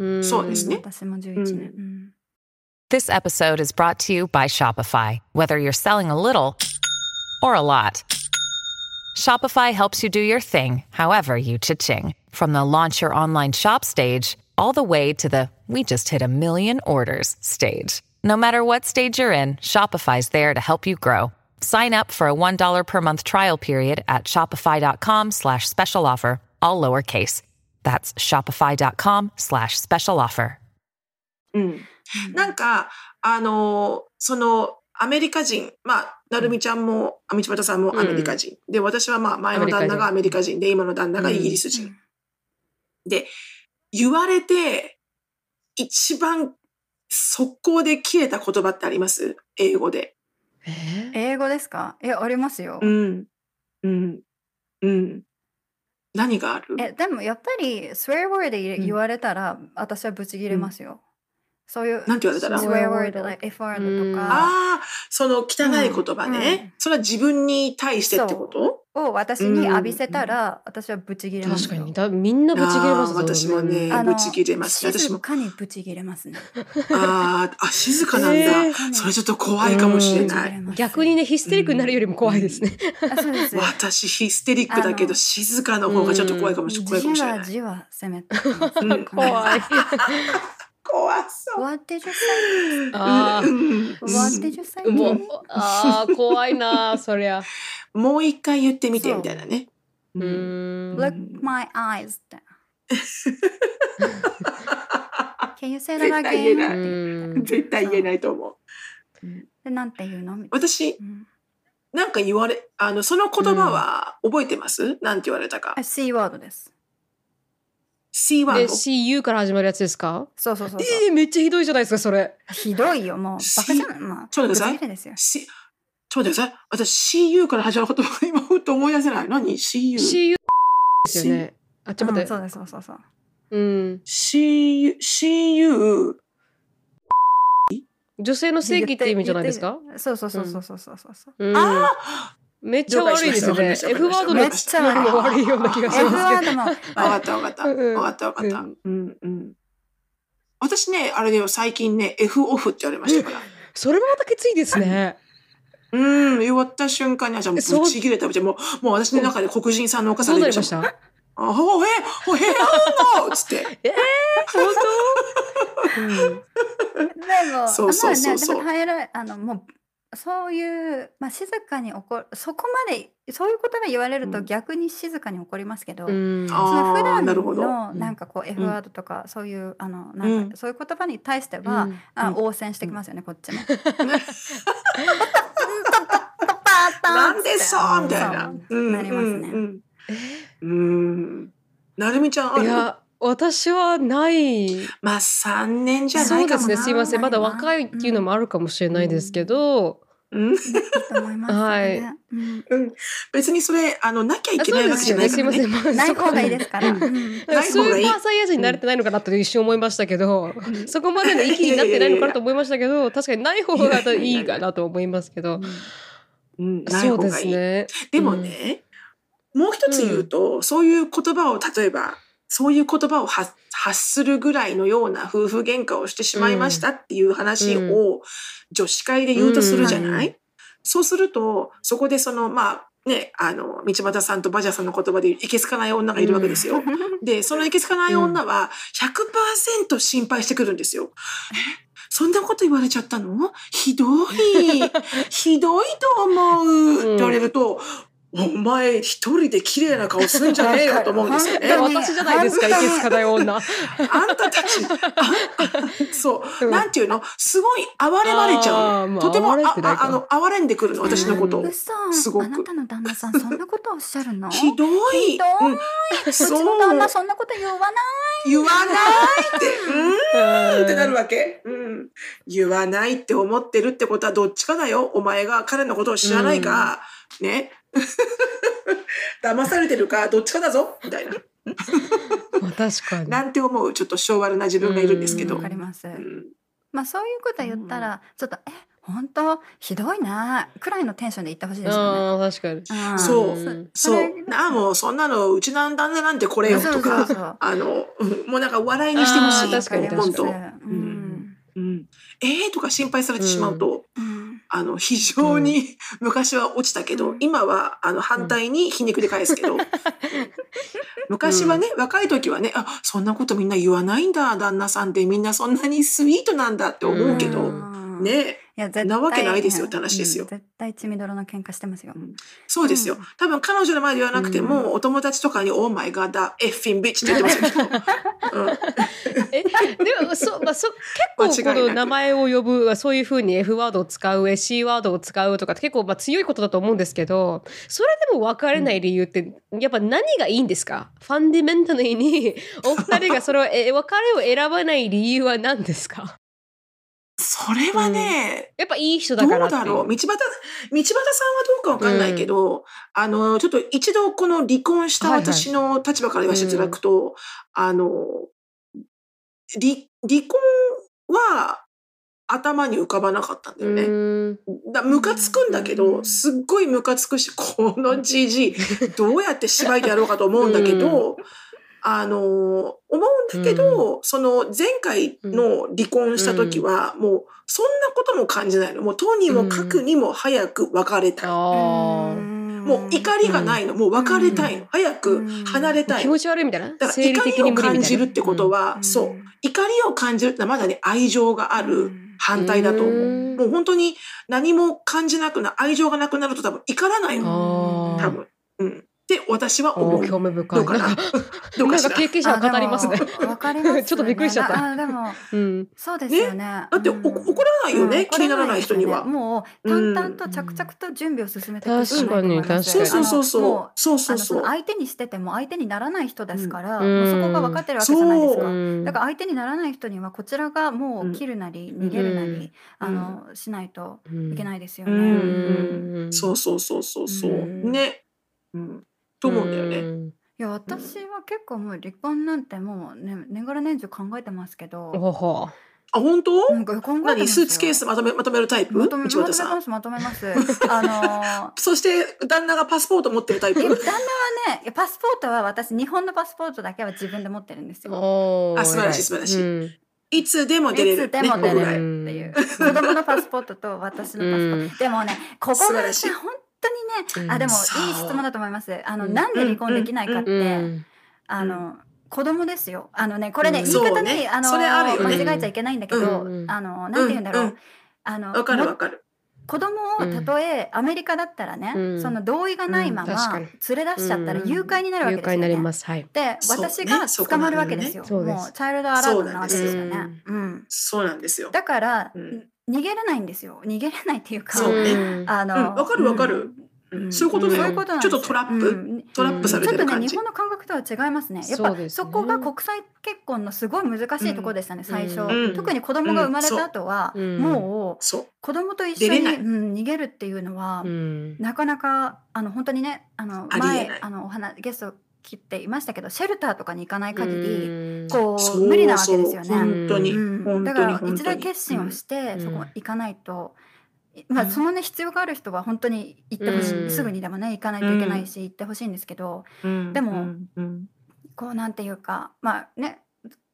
Speaker 2: うん
Speaker 3: そうですね
Speaker 1: 私も11年。
Speaker 3: う
Speaker 1: うん
Speaker 4: This episode is brought to you by Shopify. Whether you're selling a little or a lot, Shopify helps you do your thing, however you cha-ching. From the launch your online shop stage, all the way to the we just hit a million orders stage. No matter what stage you're in, Shopify's there to help you grow. Sign up for a $1 per month trial period at shopify.com slash special offer, all lowercase. That's shopify.com slash special offer.
Speaker 3: う、うん、なんかあのそのアメリカ人まあなるみちゃんもあ道端さんもアメリカ人、で私はまあ前の旦那がアメリカ人で今の旦那がイギリス人、で言われて一番速攻で切れた言葉ってあります英語で。
Speaker 2: え
Speaker 1: 英語ですか。えありますよ
Speaker 3: う。ん。うん。うん。何がある
Speaker 1: えでもやっぱり swear word で
Speaker 2: うん
Speaker 1: 言われたら私はブチ切れますよ。そういう
Speaker 3: なんて言われたら
Speaker 1: swear
Speaker 2: スウェアワード
Speaker 1: word like f word と
Speaker 2: うん
Speaker 1: か
Speaker 3: ああ、その汚い言葉ね、
Speaker 1: うん
Speaker 3: それは自分に対してってこと
Speaker 1: を私に浴びせたら私はブチ切れます
Speaker 2: 確
Speaker 1: よ。
Speaker 2: かにだみんなぶち切れます
Speaker 3: あー私もね
Speaker 1: あの
Speaker 3: ブチ切れます私も
Speaker 1: 静かにブチ切れますね。
Speaker 3: あーあ、静か なんだ、
Speaker 2: えー
Speaker 3: それちょっと怖いかもしれ
Speaker 1: ブチ
Speaker 3: な
Speaker 1: 切
Speaker 3: い。
Speaker 1: れます
Speaker 2: 逆にねヒステリックになるよりも怖いですね。
Speaker 1: あそうです。
Speaker 3: 私ヒステリックだけ
Speaker 1: あの
Speaker 3: ど静かの方がちょっと怖いかもし,、怖いかもし
Speaker 1: じ
Speaker 3: れな
Speaker 1: わ
Speaker 3: い。
Speaker 1: じわ攻めてきます
Speaker 3: う
Speaker 1: ね
Speaker 3: ん
Speaker 2: 怖い。
Speaker 3: 怖そう。
Speaker 1: What did you say?
Speaker 2: あ
Speaker 3: うんうん
Speaker 1: What did you say?
Speaker 2: あもうああ怖いなそりゃ。
Speaker 3: もう一回言ってみてみたいなね。
Speaker 2: うーん
Speaker 1: Look my eyes って。Can you say that
Speaker 3: 絶対
Speaker 2: う
Speaker 3: 言え
Speaker 1: again?
Speaker 3: ない
Speaker 2: ん
Speaker 3: 絶対言えないと思う。
Speaker 1: でなんて言うのみたい
Speaker 3: 私、
Speaker 1: な。うん
Speaker 3: なんか言われ、あの、その言葉は覚えてます、なんて言われたか
Speaker 1: あ、。C ワードです。
Speaker 3: C ワー
Speaker 2: で
Speaker 3: ド。
Speaker 2: CU から始まるやつですか？
Speaker 1: そうそうそうそう。
Speaker 2: えーめっちゃひどいじゃないですかそれ。
Speaker 1: ひどいよ、もう。バカじゃない。まあ、
Speaker 3: ちょっと待っ
Speaker 1: ぶ
Speaker 3: てください
Speaker 1: ち切れですよ。
Speaker 3: C ちょっと待ってください。私 CU から始まる言葉が今ふと思い出せない。何 ?CU。
Speaker 2: CU ですよね。あちょっと
Speaker 1: うん
Speaker 2: 待っ
Speaker 1: そう
Speaker 2: て。
Speaker 1: です、そうそうそう。
Speaker 2: うん。
Speaker 3: CU、CU、
Speaker 2: 女性の正義って意味じゃないですか？
Speaker 1: そうそうそうそうそうそうそうそう。
Speaker 2: うん。めっちゃ悪いですよね。F ワードの
Speaker 1: め
Speaker 2: や
Speaker 1: っ
Speaker 2: つ
Speaker 1: ちゃ悪い
Speaker 2: よりも悪いような気がし
Speaker 1: F
Speaker 2: ま
Speaker 1: ワ
Speaker 2: す
Speaker 1: ードも
Speaker 3: わかったわかった。
Speaker 2: うん
Speaker 3: わかったわかった。
Speaker 2: う
Speaker 3: うんうん。私ね、あれだよ、最近ね、F オフって言われましたから。
Speaker 2: それもまたきついですね。
Speaker 3: うん、言わった瞬間に、あ、じゃあもう、
Speaker 2: そう
Speaker 3: ぶち切れた。じゃあもう、もう私の中で黒人さんのお母さ
Speaker 2: そう
Speaker 3: んが
Speaker 2: ないりまし
Speaker 3: ゃん。
Speaker 2: た。
Speaker 3: あ、ほへ、ほへ、あ んのつって。
Speaker 2: 本当。うん
Speaker 1: でも、
Speaker 3: そうそうそうそう
Speaker 1: まあね、でも耐えられ、あの、もう、そういう、まあ、静かに怒る、そこまで、そういうことが言われる
Speaker 3: う
Speaker 1: と
Speaker 3: ん
Speaker 1: 逆に静かに怒りますけど、
Speaker 2: うん。
Speaker 1: そ
Speaker 3: あ
Speaker 1: の普
Speaker 3: ー
Speaker 1: 段
Speaker 3: なるほど
Speaker 1: の
Speaker 2: うん
Speaker 1: なんかこう F
Speaker 3: うん
Speaker 1: ワードとかそういうあの
Speaker 3: う
Speaker 1: なん
Speaker 3: ん
Speaker 1: かそういう言葉に対して
Speaker 2: う
Speaker 1: は
Speaker 2: ん
Speaker 1: あ
Speaker 3: うん
Speaker 1: 応戦してきますよねこっちも。
Speaker 3: なんでさ、
Speaker 1: そう
Speaker 3: みたいな。うん
Speaker 1: なりますね
Speaker 3: うん。うん。なるみちゃんあ
Speaker 2: い
Speaker 3: る、
Speaker 2: や、私はない。
Speaker 3: まあ3年じゃ
Speaker 2: そ
Speaker 3: な
Speaker 2: う
Speaker 3: い
Speaker 2: で
Speaker 3: かも
Speaker 2: す
Speaker 3: な。
Speaker 2: ね。すいません。まだ若いっていうのもあるかもしれないですけど。
Speaker 3: うん。
Speaker 1: と思いますよね。うん
Speaker 3: うん別にそれ、あの、なきゃい
Speaker 2: あ
Speaker 3: け
Speaker 2: そ
Speaker 3: な
Speaker 2: う
Speaker 3: い
Speaker 2: で
Speaker 3: わけ
Speaker 2: す
Speaker 3: じゃ
Speaker 2: よ
Speaker 3: な
Speaker 2: ね。す
Speaker 3: いか
Speaker 2: いませ
Speaker 3: らね。
Speaker 2: ん。まあ
Speaker 1: ない方がいい
Speaker 2: そこ
Speaker 1: ですから。うん
Speaker 2: なんかス
Speaker 3: ない方がいい
Speaker 2: ーパーサイヤ人になれてないのかなと一瞬思いましたけど、
Speaker 3: ん
Speaker 2: そこまでの域になってないのかなと思いましたけど、確かにない方がいいかなと思いますけど。
Speaker 3: うんない
Speaker 2: そう
Speaker 3: 方
Speaker 2: で
Speaker 3: が
Speaker 2: す
Speaker 3: いい。
Speaker 2: ね。
Speaker 3: でもね、もう一つ言うと、そういう言葉を、例えば、そういう言葉を発発するぐらいのような夫婦喧嘩をしてしまいましたっていう話を女子会で言うとするじゃ
Speaker 2: うん
Speaker 3: な、
Speaker 2: はい
Speaker 3: そうすると、そこでその、まあ、ね、あの、道端さんとバジャさんの言葉でいけつかない女がいるわけですよ。で、そのいけつかない女は100%心配してくるんですよ。えそんなこと言われちゃったのひどい。ひどいと思う。って言われると、お前一人で綺麗な顔すんじゃねえよと思うんですよ
Speaker 2: う
Speaker 3: ね
Speaker 2: ん。
Speaker 1: 本当に
Speaker 2: 私じゃないですか、いけつかない女。
Speaker 3: あんたたち、あんそう、
Speaker 2: うん
Speaker 3: なんていうのすごい哀れまれちゃ
Speaker 2: あー
Speaker 3: う
Speaker 2: ま
Speaker 3: の。
Speaker 2: あ
Speaker 3: とてもあ
Speaker 2: 哀れってない
Speaker 3: あ
Speaker 2: か
Speaker 3: あの哀れんでくるの、私のことを。
Speaker 1: 嘘
Speaker 3: すごく
Speaker 1: あなたの旦那さんそんなことおっしゃるの
Speaker 3: ひどい。
Speaker 1: ひどい
Speaker 3: うん、
Speaker 1: うち
Speaker 3: そ
Speaker 1: の
Speaker 3: う、
Speaker 1: 旦那そんなこと言わない
Speaker 3: 言わないって、うんってなるわけ。うん。言わないって思ってるってことはどっちかだよ。お前が彼のことを知らないか、ね。 騙されてるか、どっちかだぞ、みたいな。
Speaker 2: まあ確かに。
Speaker 3: なんて思う、ちょっと昭和な自分がいるんですけど。
Speaker 2: う
Speaker 1: わ
Speaker 2: ん
Speaker 1: かります。
Speaker 3: うん
Speaker 1: まあそういうこと言ったらちょっとえ本当ひどいなくらいのテンションで言ってほしいですよね。
Speaker 2: ああ、確かに。
Speaker 1: うん
Speaker 3: そうそ
Speaker 1: れ
Speaker 3: う。なあ、もうそんなの、うちなんだんだなんてこれよ
Speaker 1: そ
Speaker 3: と
Speaker 1: うそう
Speaker 3: か、
Speaker 1: そう
Speaker 3: あの、うんもうなんか笑いにしてほし
Speaker 2: あー確かに
Speaker 3: い。
Speaker 2: 確
Speaker 3: 本
Speaker 2: か
Speaker 3: 当
Speaker 2: に。
Speaker 1: うん
Speaker 3: うんえーとか心配されてしまうと、
Speaker 1: うん
Speaker 3: あの、非常に 昔は落ちたけど、
Speaker 1: うん
Speaker 3: 今は、あの、反対に皮肉で返すけ ど、昔はね、若い時はね、あ、そんなことみんな言わないんだ、旦那さんってみんなそんなにスイートなんだって思うけど、
Speaker 1: うん
Speaker 3: ね、
Speaker 1: いや絶対
Speaker 3: なわけないですよって話ですよ
Speaker 1: うん絶対血みどろの喧嘩してますよ。
Speaker 3: そうですよ。
Speaker 1: う
Speaker 3: 多分彼女の前で言わなくても、お友達とかに、オーマイガーだ、エッフィンビッチって言ってます よ。うん
Speaker 2: え、でも、そ、まあ、そ、結構こ
Speaker 3: 間違いな
Speaker 2: の
Speaker 3: く
Speaker 2: 名前を呼ぶ、そういうふうに F ワードを使う、C ワードを使うとかって結構まあ強いことだと思うんですけど、それでも別れない理由って、やっぱ何がいいんですかファンディメンタリーに、 お二人がそれを、え、別れを選ばない理由は何ですか
Speaker 3: それはね、
Speaker 2: やっぱいい人
Speaker 3: ど
Speaker 2: だからっ
Speaker 3: う
Speaker 2: てい
Speaker 3: だろう道端、道端さんはどうかわかんないけど、あの、ちょっと一度この離婚した
Speaker 2: はいはい
Speaker 3: 私の立場から言わせていただくと、あの、離、離婚は頭に浮かばなかったんだよ
Speaker 2: う
Speaker 3: ね。
Speaker 2: ーん
Speaker 3: だムカつくんだけ
Speaker 1: う
Speaker 3: ど、
Speaker 1: ん
Speaker 3: すっごいムカつくし、このじじい、どうやって芝居でやろうかと思うんだけど、あの、思うんだけど、その前回の離婚した時は、もうそんなことも感じないの。もうとにもかくにも早く別れたい。
Speaker 2: あー
Speaker 3: もう怒りがないの。もう別れたいの。早く離れたい
Speaker 2: 気
Speaker 3: の。
Speaker 2: 持ち悪いみたいな。
Speaker 3: だから
Speaker 2: 生理
Speaker 3: 怒
Speaker 2: 的
Speaker 3: り
Speaker 2: に
Speaker 3: を
Speaker 2: 無理みたいな
Speaker 3: 感じるってことは、
Speaker 1: ん
Speaker 3: そう。怒りを感じるってのはまだね、愛情があ
Speaker 1: う
Speaker 3: る
Speaker 1: ん
Speaker 3: 反対だと思う。
Speaker 2: ん
Speaker 3: もう本当に何も感じなくな、愛情がなくなると多分怒らないの。
Speaker 2: あー
Speaker 3: 多分。うん。って私は
Speaker 2: お
Speaker 3: 思う。
Speaker 2: ー
Speaker 3: ど
Speaker 2: 興味深いう
Speaker 3: かな
Speaker 2: なん か
Speaker 3: うか
Speaker 2: なん
Speaker 3: し。
Speaker 2: から経験者は語りますね
Speaker 1: あ。でも わかりますよね。
Speaker 2: ちょっとびっくりしちゃった
Speaker 1: なあでも
Speaker 2: うん。
Speaker 1: そうですよね。だ
Speaker 3: だってお怒らないよね、気にならない人には。
Speaker 1: もう淡々と着々と準備を進めていくしかな
Speaker 2: 確か
Speaker 1: いと思い
Speaker 2: に
Speaker 1: ます
Speaker 2: 確
Speaker 3: そう
Speaker 2: か
Speaker 3: そう
Speaker 2: に
Speaker 3: そ
Speaker 1: あの
Speaker 3: うそ
Speaker 1: も
Speaker 3: う。そうそう
Speaker 1: あのそ
Speaker 3: そ
Speaker 1: の
Speaker 3: う。
Speaker 1: 相手にしてても相手にならない人ですから、
Speaker 2: うん
Speaker 1: もうそこが分かってるわけじゃないです
Speaker 3: う
Speaker 1: か。
Speaker 2: ん
Speaker 1: だから相手にならない人にはこちらがもう切るなり
Speaker 3: うん
Speaker 1: 逃げるなり、
Speaker 2: うん
Speaker 1: あのしないといけないですよ
Speaker 3: う
Speaker 1: ね。
Speaker 2: うんん
Speaker 3: そうそうそうそうそう。
Speaker 1: うん
Speaker 3: ね。うん。と思うんだよね。
Speaker 2: ね。
Speaker 1: いや私は結構もう離婚なんてもう、ね、年がら年中考えてますけど、
Speaker 2: ほほ。
Speaker 3: あ、本当
Speaker 1: なんか考えてますよ
Speaker 3: 何スーツケースまとめ、まとめるタイプ
Speaker 1: まとめまと
Speaker 3: 道
Speaker 1: め
Speaker 3: 端さ
Speaker 1: ま
Speaker 3: ん。
Speaker 1: すまとめます。 あのー
Speaker 3: そして、旦那がパスポート持ってるタイ
Speaker 1: いや旦
Speaker 3: プ
Speaker 1: 那はねいやパスポートは私日本のパスポートだけは自分で持ってるんですよ。
Speaker 2: おー
Speaker 3: あ素晴らしい素晴らしい
Speaker 2: うん
Speaker 3: いつでも出れ
Speaker 1: い
Speaker 3: る、ね。
Speaker 1: つでも出れるっ
Speaker 3: 僕ら
Speaker 1: て
Speaker 2: ね
Speaker 1: いう子供のパスポートと私のパスポート、でもねここ
Speaker 3: 素
Speaker 1: が
Speaker 3: 晴らしい
Speaker 1: さ本当にね、
Speaker 2: うん
Speaker 1: あでも
Speaker 3: そう
Speaker 1: いい質問だと思いますあの、
Speaker 2: うん
Speaker 1: なんで離婚できないかって、
Speaker 2: うん
Speaker 1: あの子供ですよあのねこれね、
Speaker 3: うん
Speaker 1: 言い
Speaker 3: そ
Speaker 1: 方
Speaker 3: う
Speaker 1: ね
Speaker 3: ね
Speaker 1: あの
Speaker 3: それある
Speaker 2: よね
Speaker 1: 間違えちゃいけないんだけど、
Speaker 2: うん
Speaker 1: あのなんて言うんだろう、
Speaker 3: うんうん
Speaker 1: あの
Speaker 3: わかるわ
Speaker 1: も
Speaker 3: かる。
Speaker 1: 子供
Speaker 2: う
Speaker 1: を
Speaker 2: ん
Speaker 1: たとえアメリカだったらね、
Speaker 2: うん
Speaker 1: その同意がないま
Speaker 2: うん確か
Speaker 1: ま
Speaker 2: に
Speaker 1: 連れ出しちゃったら誘拐になるわけ
Speaker 2: 誘
Speaker 1: です
Speaker 2: 拐
Speaker 1: よ
Speaker 2: になり
Speaker 1: ね
Speaker 2: ま。すはい
Speaker 1: で
Speaker 3: そうね
Speaker 1: 私が捕まるわけですよ。
Speaker 2: そうです
Speaker 1: もうチャイルドアラートなわけですよ
Speaker 2: そう
Speaker 1: ね
Speaker 2: なんで。
Speaker 1: うん
Speaker 3: そうなんですよ。
Speaker 1: だから、
Speaker 3: うん
Speaker 1: 逃げれないんですよ。逃げれないっていうか、
Speaker 3: そうね
Speaker 2: ん
Speaker 1: あ
Speaker 3: う
Speaker 1: の、
Speaker 3: ん、わかるわかる、
Speaker 1: うん。
Speaker 3: そういうことだよ
Speaker 1: そいうなん
Speaker 3: ち
Speaker 1: です
Speaker 3: ょっとトラップ、
Speaker 1: うん
Speaker 3: トラップされ
Speaker 1: ちょ
Speaker 3: て
Speaker 1: っと
Speaker 3: る
Speaker 1: ね
Speaker 3: 感じ。
Speaker 1: 日本の感覚とは違いますね。やっ
Speaker 2: そ
Speaker 1: ぱ
Speaker 2: う
Speaker 1: そ,、
Speaker 2: ですね
Speaker 1: こが国際結婚のすごい難しいところでしたね、最初、
Speaker 3: うん
Speaker 1: 特に子供が生まれた後は、
Speaker 2: うん
Speaker 1: もう
Speaker 3: そう。
Speaker 1: 子供と一緒
Speaker 3: 出
Speaker 1: に、
Speaker 3: れない
Speaker 1: うん、逃げるっていうのは、
Speaker 2: うん
Speaker 1: なかなかあの本当にねあの
Speaker 3: ありえない
Speaker 1: 前あのお話ゲスト切っていましたけどシェルターとかに行かない限り、
Speaker 2: うん
Speaker 1: こ
Speaker 3: そうう
Speaker 1: 無理なわけですよね。
Speaker 3: そう本当に、
Speaker 1: うん
Speaker 3: 本当に
Speaker 1: だから
Speaker 3: 本当に
Speaker 1: 一大決心をして、
Speaker 2: うん
Speaker 1: そこ行かないと、ま
Speaker 3: う
Speaker 1: あ
Speaker 3: ん
Speaker 1: そのね必要がある人は本当に行ってほしい、
Speaker 2: うん
Speaker 1: すぐにでもね行かないといけないし、行ってほしいんですけど
Speaker 3: うん
Speaker 1: でも
Speaker 3: うんうん
Speaker 1: こうなんていうかまあね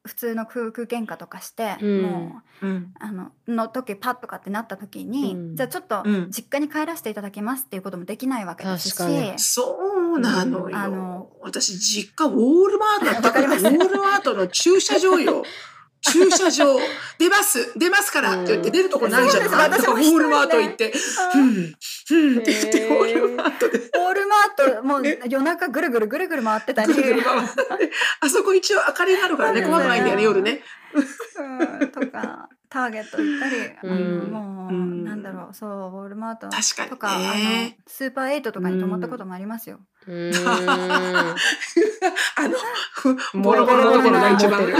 Speaker 1: 普通の夫婦喧嘩とかして、
Speaker 2: うん
Speaker 1: もう
Speaker 3: うん
Speaker 1: あのの時パッとかってなった時に、
Speaker 2: うん
Speaker 1: じゃあちょっと
Speaker 3: うん
Speaker 1: 実家に帰らせていただきますっていうこともできないわけですし。
Speaker 2: 確かに
Speaker 3: そうなのよ。
Speaker 1: あの
Speaker 3: 私、実家、ウォールマートだったから、ウ
Speaker 1: わか
Speaker 3: ォ
Speaker 1: ります
Speaker 3: ールマートの駐車場 よ。駐車場、出ます、出ますからって言って、
Speaker 2: うん
Speaker 3: 出るとこないじゃ
Speaker 1: そうなん
Speaker 3: な
Speaker 1: で
Speaker 3: い
Speaker 1: す
Speaker 3: とか、ウォ
Speaker 1: 私も一人で
Speaker 3: ールマート行っ
Speaker 1: あ
Speaker 3: て、ふ
Speaker 1: ー
Speaker 3: ん、ふんって言って、
Speaker 2: へー
Speaker 3: ウォールマートで。
Speaker 1: オールマートもう夜中ぐるぐるぐるぐる回ってたり
Speaker 3: ぐるぐる回ってあそこ一応明かりがあるからね、
Speaker 1: そうなん
Speaker 3: 怖
Speaker 1: だよ
Speaker 3: くないんだよね、夜ね。
Speaker 1: うんとかターゲット行ったり、あ
Speaker 2: うん
Speaker 1: のもう、
Speaker 3: うん
Speaker 1: なんだろうそうウォルマート
Speaker 3: 確かに
Speaker 1: とか、
Speaker 3: ね
Speaker 1: あのスーパーエイトとかに泊まったこともありますよ。
Speaker 2: うん
Speaker 3: あの、ふボロボロのところが一番。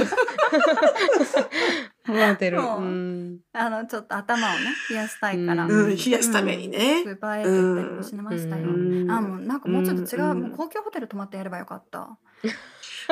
Speaker 2: モラテル
Speaker 1: もう
Speaker 2: うん
Speaker 1: あのちょっと頭をね冷やしたいから、
Speaker 2: う
Speaker 3: うん、冷やすためにね
Speaker 1: ス。ーパーエイト行ったりもしましたよ。
Speaker 3: うん
Speaker 1: あもうなんかもうちょっと違う、
Speaker 3: うん
Speaker 1: もう高級ホテル泊まってやればよかった。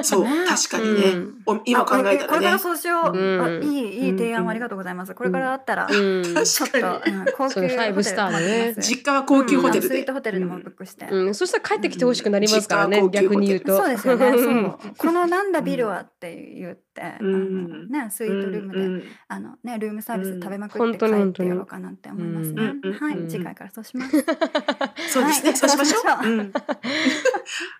Speaker 3: そう、
Speaker 1: ね
Speaker 3: 確かに
Speaker 2: う
Speaker 3: ね
Speaker 2: ん。
Speaker 3: お今考え
Speaker 1: あ
Speaker 3: た
Speaker 1: これこれ
Speaker 3: ら
Speaker 1: から
Speaker 3: ね。
Speaker 1: そうしよう、
Speaker 2: うん
Speaker 1: あいいいい提案をありがとうございます。これからあったら、ちょっ
Speaker 2: うん
Speaker 1: と、
Speaker 3: 確か
Speaker 1: うん、高
Speaker 2: そ
Speaker 1: 級ホ
Speaker 2: のフ
Speaker 1: テ
Speaker 2: ァイ
Speaker 1: ル
Speaker 2: ブスターの
Speaker 1: 泊
Speaker 2: ね
Speaker 1: まります
Speaker 3: 実家は高級ホテ
Speaker 1: うん
Speaker 3: ル
Speaker 1: スイ
Speaker 3: で
Speaker 1: ー。トホテルでもブックして。
Speaker 2: うんそしたら帰ってきてほしくなりますからね
Speaker 3: うん
Speaker 2: 逆に言うと
Speaker 1: そうですよね。
Speaker 2: う
Speaker 1: そ
Speaker 2: ん
Speaker 1: うこのなんだビルはって言って、
Speaker 3: うん
Speaker 1: あのねスイートルームで、
Speaker 3: うん
Speaker 1: あのねルームサービスで食べまく
Speaker 2: う
Speaker 1: っ
Speaker 2: ん
Speaker 1: て帰
Speaker 2: 本当に本
Speaker 1: っ
Speaker 2: 当
Speaker 1: て
Speaker 2: に
Speaker 1: やろうかなって思いますね。
Speaker 3: うん
Speaker 1: は
Speaker 2: うん
Speaker 1: い、次回からそうします。
Speaker 3: そうですね、
Speaker 1: はい
Speaker 3: そうしましょ
Speaker 1: そうしま
Speaker 3: う。
Speaker 1: しょう
Speaker 3: うん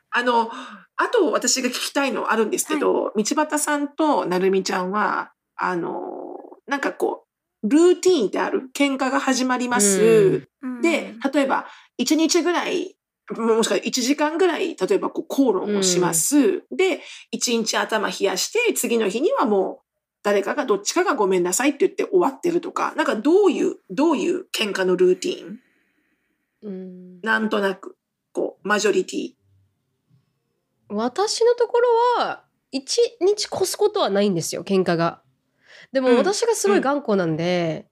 Speaker 3: あの、あと私が聞きたいのあるんですけど、道端さんとなるみちゃんは、あの、なんかこう、ルーティーンってある喧嘩が始まります。
Speaker 2: うん
Speaker 1: うん
Speaker 3: で、例えば、1日ぐらい、もしくは1時間ぐらい、例えばこう、口論をします。で、1日頭冷やして、次の日にはもう、誰かが、どっちかがごめんなさいって言って終わってるとか、なんかどういう、どういう喧嘩のルーティーン
Speaker 2: うん
Speaker 3: なんとなく、こう、マジョリティ。
Speaker 2: 私のところは一日越すことはないんですよ喧嘩がで
Speaker 3: う
Speaker 2: も
Speaker 3: ん
Speaker 2: 私がすごい頑固なんで、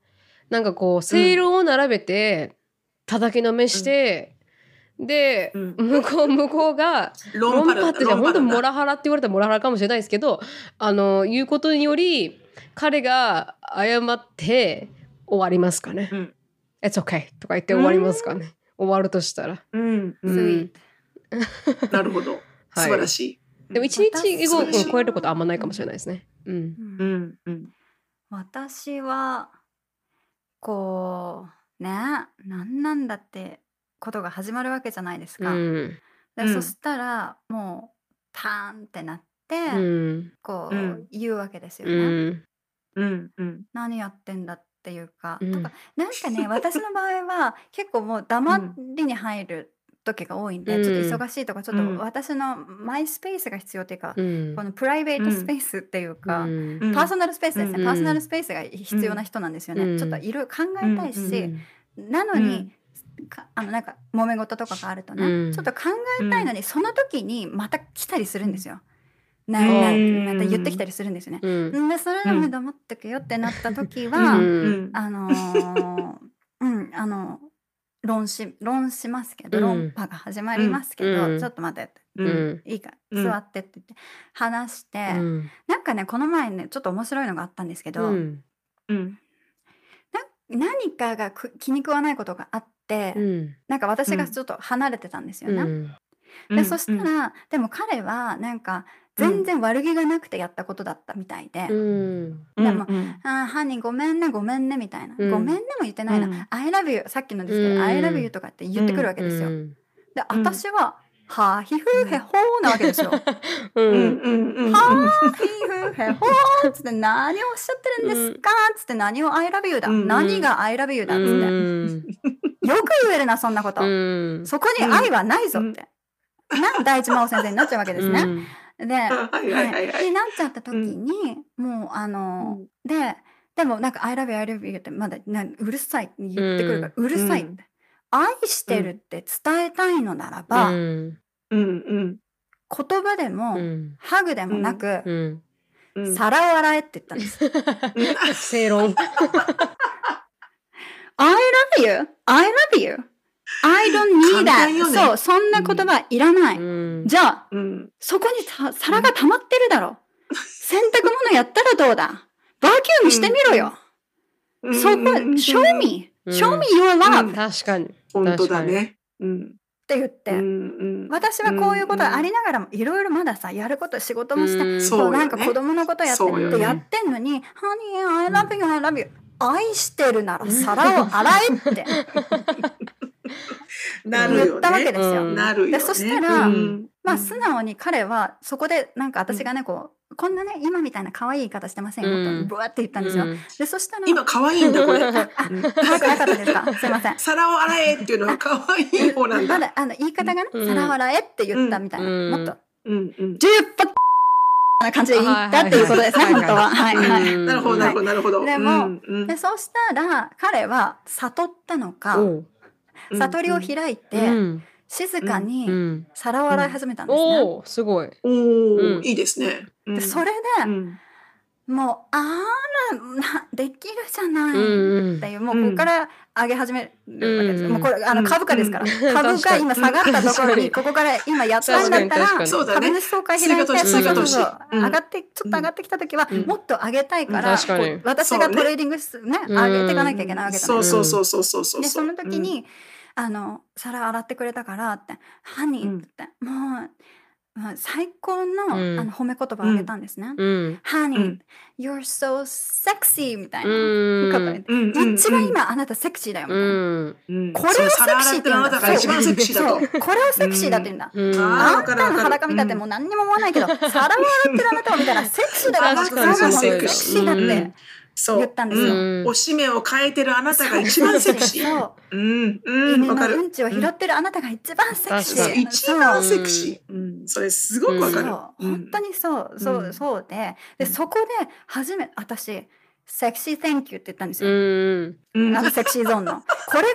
Speaker 2: なんかこう正論を並べて叩きのめして、で、
Speaker 3: うん
Speaker 2: 向こう向こうが
Speaker 3: ロ
Speaker 2: 論
Speaker 3: ンパ
Speaker 2: 破
Speaker 3: ル
Speaker 2: ってじゃ本当にモ
Speaker 3: ら
Speaker 2: ラハラって言われたらモラハラかもしれないですけどあの言うことにより彼が謝って終わりますかね「
Speaker 3: うん
Speaker 2: It's okay」とか言って終わりますかね終わるとしたら、
Speaker 3: うん、
Speaker 2: う
Speaker 3: うんん
Speaker 1: ん
Speaker 3: なるほど。素晴らしい。
Speaker 2: いでも一日後を
Speaker 3: 私
Speaker 2: 超えることはあんまないかもしれないですねうん
Speaker 1: うん
Speaker 3: うん、うん。
Speaker 1: 私はこうね、なんなんだってことが始まるわけじゃないです
Speaker 2: う
Speaker 1: か。
Speaker 2: ん
Speaker 1: で
Speaker 3: うん
Speaker 1: そしたらもうパーンってなって、
Speaker 2: うん
Speaker 1: こう、
Speaker 3: うん
Speaker 1: 言うわけですよ
Speaker 2: う
Speaker 1: ね。
Speaker 2: ん
Speaker 3: うん、うん。
Speaker 1: 何やってんだっていうか、
Speaker 2: うん
Speaker 1: とかなんかね私の場合は結構もう黙りに入る時が多いんで、
Speaker 2: うん
Speaker 1: ちょっと忙しいとかちょっ
Speaker 3: うん
Speaker 1: と私のマイスペースが必要っていうか、
Speaker 2: うん
Speaker 1: このプライベー
Speaker 3: う
Speaker 1: ト
Speaker 3: ん
Speaker 1: スペースっていうか、
Speaker 2: うん
Speaker 3: うん
Speaker 1: パーソナルスペースですね、
Speaker 3: うん
Speaker 1: パーソナルスペースが必要な人なんですよね、
Speaker 2: うん
Speaker 1: ちょっといろいろ考えたいし、なのに、かあのなんか揉め事とかがあるとね、
Speaker 2: うん
Speaker 1: ちょっと考えたいのに、その時にまた来たりするんですよ。な
Speaker 3: うん
Speaker 1: なんまた言ってきたりするんですよね。
Speaker 2: うん
Speaker 1: でそれでも黙ってくよってなった時は、
Speaker 2: う
Speaker 3: うんん
Speaker 1: あのーうんあの論し論しますけど、
Speaker 2: うん
Speaker 1: 論破が始まりますけど、
Speaker 2: うん
Speaker 1: ちょっと待ってって
Speaker 3: う、
Speaker 2: うんん
Speaker 1: いいか
Speaker 3: うん
Speaker 1: 座ってって言って話して、
Speaker 2: うん
Speaker 1: なんかねこの前ねちょっと面白いのがあったんですけど、
Speaker 2: うん
Speaker 3: うん、
Speaker 1: 何かがく気に食わないことがあって、
Speaker 2: うん
Speaker 1: なんか私
Speaker 3: う
Speaker 1: が
Speaker 3: ん
Speaker 1: ちょっと離れてたんですよね。
Speaker 2: うん
Speaker 1: でそしたら、でも彼はなんか全然悪気がなくてやったことだったみたいで、
Speaker 2: うん。
Speaker 1: でも
Speaker 3: うんうん
Speaker 1: あー犯人ごめんねごめんねみたいな、
Speaker 2: うん
Speaker 1: ごめんねも言ってないな、
Speaker 3: うん
Speaker 1: I love you さっきのですけど、
Speaker 2: うん
Speaker 1: I love you とかって言ってくるわけですよ、
Speaker 2: うん。
Speaker 1: で
Speaker 3: うん
Speaker 1: 私は、はあひふへほーなわけですよ。は
Speaker 2: う
Speaker 3: うん
Speaker 2: ん。
Speaker 3: うんうんうん
Speaker 1: あひふへほーっつって何をおっしゃってるんですかっつって何を I love you だ、
Speaker 3: うん
Speaker 1: 何が I love you だっつって、よ
Speaker 2: うん。
Speaker 1: く言えるなそんなこと、
Speaker 2: うん。
Speaker 1: そこに愛はないぞって、な大地真央先生になっちゃうわけですね。で、
Speaker 3: あはいはいはいは
Speaker 1: に
Speaker 3: い。
Speaker 1: なっちゃった時に、もうあの、ででもなんか「I love you I love you」ってまだなうるさいって言ってくるから「うるさい」って、
Speaker 3: うん
Speaker 1: 愛してるって伝えたいのならば、
Speaker 2: うん。
Speaker 3: うん
Speaker 1: 言葉でも、
Speaker 2: うん。
Speaker 1: ハグでもなく、
Speaker 2: うん。
Speaker 3: うんうん。
Speaker 1: 皿を洗えって言ったんです。
Speaker 2: 正論。
Speaker 1: I love you, I love you, I don't need
Speaker 3: 簡単よ
Speaker 1: that、
Speaker 3: ね
Speaker 1: そう、そんな言葉いらない。
Speaker 2: うん。
Speaker 1: じゃあ、
Speaker 3: うん
Speaker 1: そこにた皿が溜まってるだろ。 洗濯物やったらどうだバーキュームしてみろよ、
Speaker 3: うん
Speaker 1: そこ、show me,
Speaker 2: うん
Speaker 1: show me your love、
Speaker 3: うん
Speaker 1: っ
Speaker 2: 確かに。
Speaker 3: 本当だね。うん。
Speaker 1: て言って、
Speaker 3: うん
Speaker 1: 私はこういうことありながらもいろいろまださやること仕事もして、
Speaker 2: うん
Speaker 3: そう
Speaker 1: そう
Speaker 3: よね
Speaker 1: なんか子供のことやって
Speaker 3: そう
Speaker 2: よ
Speaker 1: っ
Speaker 2: ね
Speaker 1: てやってんのに「Honey, I love you, I love you」愛してるなら皿を洗え って
Speaker 3: うんなる
Speaker 1: 言
Speaker 3: よ
Speaker 1: ったわけ
Speaker 3: ね。
Speaker 1: ですよ。
Speaker 2: うん
Speaker 3: なるよね。
Speaker 1: でそしたら
Speaker 3: うん
Speaker 1: まあ素直に彼はそこでなんか私がねこうこんなね今みたいな可愛い言い方してませんよ
Speaker 2: うん
Speaker 1: とブワって言ったんですよ。
Speaker 2: う
Speaker 1: でそしたら
Speaker 3: 今可愛いんだこれ。
Speaker 1: ああ可愛くなかったです かすいません。
Speaker 3: 皿を洗えっていうのは可愛い方なん
Speaker 1: ま
Speaker 3: だ。
Speaker 1: だあの言い方がね
Speaker 2: うん
Speaker 1: 皿を洗えって言ったみたいな
Speaker 2: うん
Speaker 1: もっと
Speaker 3: うんうん。
Speaker 1: 十パな感じで言ったっていうことですね
Speaker 2: はいは
Speaker 1: 本
Speaker 2: い
Speaker 1: 当は。はいはい。
Speaker 2: ん
Speaker 3: なるほどなるほどなるほど。
Speaker 1: でも
Speaker 3: うんうん
Speaker 1: でそうしたら彼は悟ったのか
Speaker 2: おう
Speaker 3: うん
Speaker 1: 悟りを開いて、
Speaker 2: うん
Speaker 1: 静か
Speaker 2: う
Speaker 1: に
Speaker 2: ん。
Speaker 1: 皿を洗い始めたんですね。
Speaker 2: おーすごい。
Speaker 3: おー
Speaker 2: うん
Speaker 3: いいですね。うん
Speaker 1: でそれ
Speaker 3: う
Speaker 1: で、
Speaker 3: ん
Speaker 1: もうあらなできるじゃない。
Speaker 2: うんうん
Speaker 1: っていうもうここから上げ始めるわけですよ、
Speaker 2: うん
Speaker 1: もうこれあの
Speaker 3: うん
Speaker 1: 株価ですから、株が
Speaker 2: 確かに
Speaker 1: 今下がったところ
Speaker 2: う
Speaker 1: に
Speaker 2: ん
Speaker 1: ここから今やったんだった
Speaker 2: 確からに
Speaker 3: そうだ
Speaker 1: 株
Speaker 3: ね。
Speaker 1: 主総会開いて
Speaker 3: 追加投資
Speaker 1: そうそうそう
Speaker 3: 追加投資うん
Speaker 1: 上がってちょっと上がってきた時は、
Speaker 3: うん
Speaker 1: もっと上げたいから、
Speaker 2: うん確かに
Speaker 1: こう私
Speaker 3: そ
Speaker 1: が
Speaker 3: うね
Speaker 1: トレーディングすね
Speaker 2: うん
Speaker 1: 上げていかなきゃいけないわけじゃない
Speaker 3: そうそうそうそうそうそう。
Speaker 1: でその時に、あの皿洗ってくれたからって「ハニー」って、もう、もう最高の,、
Speaker 2: うん
Speaker 1: あの褒め言葉をあげたんですね。
Speaker 2: うん。
Speaker 1: ハニ
Speaker 3: う
Speaker 1: ー
Speaker 3: ん、
Speaker 1: you're so sexy みたいなこと言っ
Speaker 2: う
Speaker 1: て、
Speaker 3: うん、うんうん
Speaker 1: 一番、今あなたセクシーだよみたいな。
Speaker 2: ん。
Speaker 3: うん、
Speaker 1: これを
Speaker 3: そ
Speaker 1: セ
Speaker 3: う皿
Speaker 1: ク
Speaker 3: 洗
Speaker 1: シー
Speaker 3: っ
Speaker 1: ってて言
Speaker 3: る
Speaker 1: うん
Speaker 3: あな
Speaker 1: だ
Speaker 3: たが一番セクシーだと。
Speaker 1: そうこれをセクシーだって言うんだ。
Speaker 2: うん。
Speaker 3: あー
Speaker 1: あ
Speaker 3: わ
Speaker 1: んた
Speaker 3: かるわかる
Speaker 1: の裸見たってもう何にも思わないけど、皿を洗ってるあなたを見たらセクシーだから、
Speaker 2: 確
Speaker 1: そ
Speaker 2: かに
Speaker 1: がもう
Speaker 2: そうだ
Speaker 1: セクシーだっ
Speaker 2: うん
Speaker 1: て
Speaker 3: そう
Speaker 1: 言ったんですよ。
Speaker 2: うん
Speaker 3: おしめを変えてるあなたが一番セクシー。
Speaker 1: そう
Speaker 3: うん、う
Speaker 1: 犬
Speaker 3: ん、わか
Speaker 1: のう
Speaker 3: る。
Speaker 1: んちを拾ってるあなたが一番セクシ
Speaker 2: 確
Speaker 1: ー。
Speaker 2: かに
Speaker 3: 一番セクシー。うん、それすごくわ
Speaker 1: そ
Speaker 3: か
Speaker 1: う
Speaker 3: る。
Speaker 1: 本当にそう、そううんそうでで
Speaker 3: うん
Speaker 1: そこで初め私セクシー Thank you って言ったんです
Speaker 2: う
Speaker 1: よ、
Speaker 2: ん。
Speaker 3: うん。
Speaker 1: あのセクシーゾーンのこれが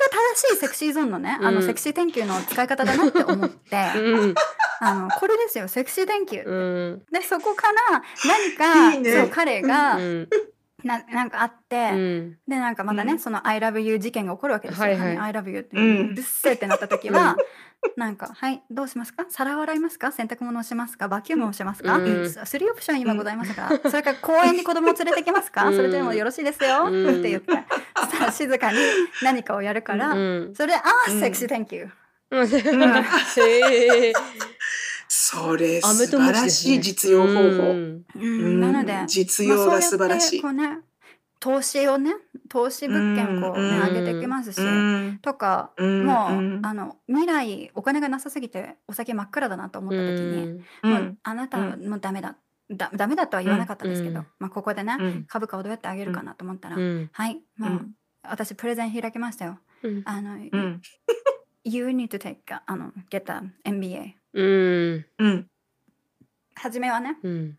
Speaker 1: 正しいセクシーゾーンのね、あ
Speaker 2: う
Speaker 1: の
Speaker 2: ん
Speaker 1: セクシー Thank you の使い方だなって思って
Speaker 2: うん。
Speaker 1: あのこれですよセクシー Thank you、
Speaker 2: うん。
Speaker 1: でそこから何か
Speaker 3: いいね
Speaker 1: そう彼が、
Speaker 2: うん。
Speaker 1: ななんかあって、
Speaker 2: うん。
Speaker 1: でなんかまたね、
Speaker 3: うん
Speaker 1: その「I love you」事件が起こるわけですよ。
Speaker 2: はいはい
Speaker 1: 何 I love you って、
Speaker 3: う
Speaker 1: うんるっせえってなった時は、 なんか「はいどうしますか皿を洗いますか洗濯物をしますかバキュームをしますか、
Speaker 2: うん
Speaker 1: ススリーオプション今ございますから、それから公園に子供を連れてきますか、
Speaker 2: うん
Speaker 1: それでもよろしいですよ」
Speaker 2: うん
Speaker 1: って言ってそしたら静かに何かをやるから、
Speaker 2: うん。
Speaker 1: それで「ああ、
Speaker 3: うん
Speaker 1: セクシー Thank you」
Speaker 2: へえ。
Speaker 3: それ
Speaker 2: アメ
Speaker 3: 素
Speaker 2: とムチですね
Speaker 3: 晴らしい実用方法。
Speaker 1: うんなので、
Speaker 3: 実
Speaker 1: まあ
Speaker 3: 用が素晴らしい。
Speaker 1: そうやってこうね投資をね投資物件をこう、ね
Speaker 3: うん
Speaker 1: 上げていきますし、
Speaker 3: うん
Speaker 1: とか、
Speaker 3: うん
Speaker 1: もう、
Speaker 3: うん
Speaker 1: あの未来お金がなさすぎてお酒真っ暗だなと思った時に、
Speaker 3: う
Speaker 1: もうんあなたはもうダメだだダメだとは言わなかったですけど、
Speaker 2: うん
Speaker 1: まあ、ここでね、
Speaker 3: うん
Speaker 1: 株価をどうやって上げるかなと思ったら、
Speaker 2: うん。
Speaker 1: はいもう、
Speaker 3: うん
Speaker 1: 私プレゼン開きましたよ。
Speaker 2: うん
Speaker 1: あの、
Speaker 3: うん。
Speaker 1: You need to take a- あの get a MBA
Speaker 2: うん。
Speaker 3: うん。
Speaker 1: 初めはね
Speaker 2: うん。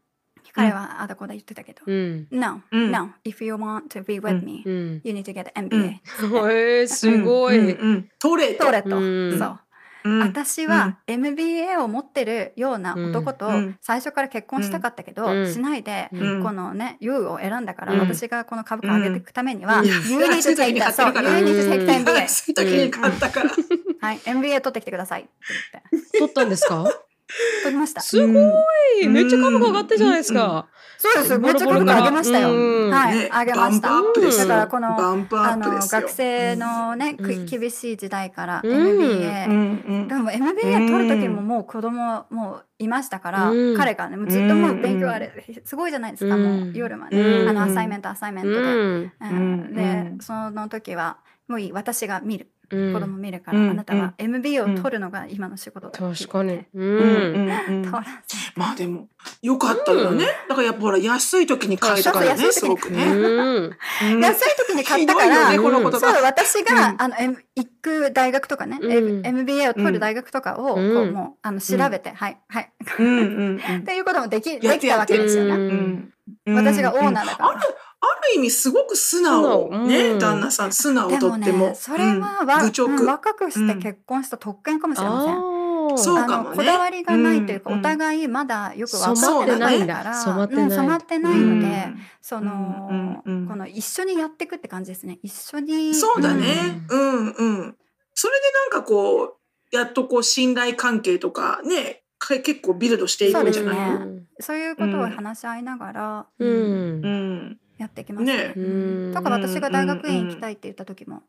Speaker 1: 彼はあだこだ言ってたけど、
Speaker 2: うん。
Speaker 1: No、
Speaker 3: うん
Speaker 1: No if you want to be with me、
Speaker 2: うん。
Speaker 1: you need to get an
Speaker 3: う
Speaker 1: MBA
Speaker 3: ん、
Speaker 2: へえ、すご
Speaker 3: うん
Speaker 2: い。
Speaker 3: うんトレート
Speaker 1: トレと、
Speaker 2: うん
Speaker 1: そう
Speaker 3: うん
Speaker 1: 私は MBA を持ってるような男と
Speaker 3: うん
Speaker 1: 最初から結婚したかったけど、
Speaker 2: うん
Speaker 1: しないで、
Speaker 3: うん
Speaker 1: このね You を選んだから、
Speaker 2: うん
Speaker 1: 私がこの株価上げていくためには、
Speaker 3: うん
Speaker 1: You need to
Speaker 3: い
Speaker 1: take
Speaker 3: や
Speaker 1: that そう You
Speaker 3: や
Speaker 1: need to
Speaker 2: ってる
Speaker 1: take
Speaker 2: 時に
Speaker 1: the MBA
Speaker 2: 買
Speaker 3: 安い時に買ったから。
Speaker 1: はい MBA 取ってきてくださいって言って
Speaker 2: 取ったんですか
Speaker 1: 取りました。
Speaker 2: すご
Speaker 5: うん
Speaker 2: いめっちゃ株価上がってるじゃないですか。
Speaker 1: そうです。めっちゃ
Speaker 2: ボロボ
Speaker 1: 株
Speaker 2: ロな
Speaker 1: 価上げましたよ。
Speaker 2: うん
Speaker 1: はい、
Speaker 3: ね
Speaker 1: 上げました。
Speaker 3: バンプアップです
Speaker 1: だ
Speaker 3: よ。
Speaker 1: からこの
Speaker 3: バンプア
Speaker 1: あ
Speaker 3: ップ
Speaker 1: の
Speaker 3: ですよ。
Speaker 1: 学生のね、く
Speaker 2: うん
Speaker 1: 厳しい時代から
Speaker 2: うん
Speaker 1: MBA、
Speaker 3: うんうん
Speaker 1: でも MBA 取る時ももう子供もういましたから、
Speaker 2: うん
Speaker 1: 彼がねもうずっともう勉強あれすごいじゃないですか、
Speaker 2: うん
Speaker 1: もう夜まで、
Speaker 2: うん
Speaker 1: あのアサイメントアサイメン
Speaker 2: う
Speaker 1: トで、
Speaker 2: ん。
Speaker 1: う
Speaker 3: うん
Speaker 1: ん
Speaker 3: うん
Speaker 1: でその時はもういい私が見る
Speaker 2: うん
Speaker 1: 子供見るから、
Speaker 3: うん
Speaker 1: あなたは MBA を
Speaker 3: うん
Speaker 1: 取るのが今の仕事だ
Speaker 2: 確かに。う
Speaker 3: うん
Speaker 2: ん。
Speaker 3: うんう
Speaker 1: 取
Speaker 3: ん
Speaker 1: らず
Speaker 3: まあでも、よかったよね。だからやっぱほら、安い時に買えたから
Speaker 1: そうそう安い時に
Speaker 3: ね、すごく
Speaker 2: う
Speaker 3: ね。
Speaker 2: ん。
Speaker 3: うん
Speaker 1: 安い時に買ったから、
Speaker 3: ひどいよね、この言
Speaker 1: そう
Speaker 3: 葉。
Speaker 1: 私が、
Speaker 3: うん
Speaker 1: あの M- 行く大学とかね、
Speaker 2: うん
Speaker 1: M- MBA を取る大学とかを、
Speaker 2: うん
Speaker 1: こうもうあの調べて、はいはい
Speaker 3: うんうん
Speaker 1: っていうこともでき
Speaker 3: やっ
Speaker 1: で
Speaker 3: て
Speaker 1: きたわけですよ
Speaker 2: やっ
Speaker 1: ね。
Speaker 2: て
Speaker 3: うんうんうん。
Speaker 1: 私がオー
Speaker 3: うん
Speaker 1: ナーだか
Speaker 3: ある
Speaker 1: ら。、
Speaker 3: ある意味すごく素
Speaker 2: 素
Speaker 3: 直。
Speaker 2: 直う
Speaker 3: ね、
Speaker 2: ん
Speaker 3: 旦那さん、素直
Speaker 1: で
Speaker 3: と
Speaker 1: も
Speaker 3: っても
Speaker 1: ね。それは、わ
Speaker 3: うん愚
Speaker 1: うん
Speaker 3: 直。
Speaker 1: 若くして結婚した特権かもしれません。
Speaker 2: ああ。
Speaker 3: そう
Speaker 1: あ
Speaker 3: か
Speaker 1: の
Speaker 3: もね
Speaker 1: こだわりがないというか、
Speaker 3: うん
Speaker 1: お互いまだよく分
Speaker 3: 染
Speaker 1: か
Speaker 3: ま
Speaker 1: っ
Speaker 3: って
Speaker 1: て
Speaker 3: な
Speaker 1: ないい
Speaker 3: ん
Speaker 1: か
Speaker 2: だ
Speaker 1: ら
Speaker 2: 染まってない
Speaker 1: うん染まってないので、そ
Speaker 3: うん
Speaker 1: の、
Speaker 3: うんうん
Speaker 1: この一緒にやっていくって感じですね一緒に
Speaker 3: そうだね。
Speaker 2: う
Speaker 3: うんうん。それでなんかこう、やっとこう、信頼関係とかね、か結構ビルドしていくんじゃない
Speaker 1: そう
Speaker 3: の
Speaker 1: ですねそういうことを話し合いながら、
Speaker 2: う。
Speaker 3: うんん。
Speaker 1: やってきます
Speaker 3: ね
Speaker 1: ね。
Speaker 2: うん
Speaker 1: だから私が大学院行きたいって言った時も、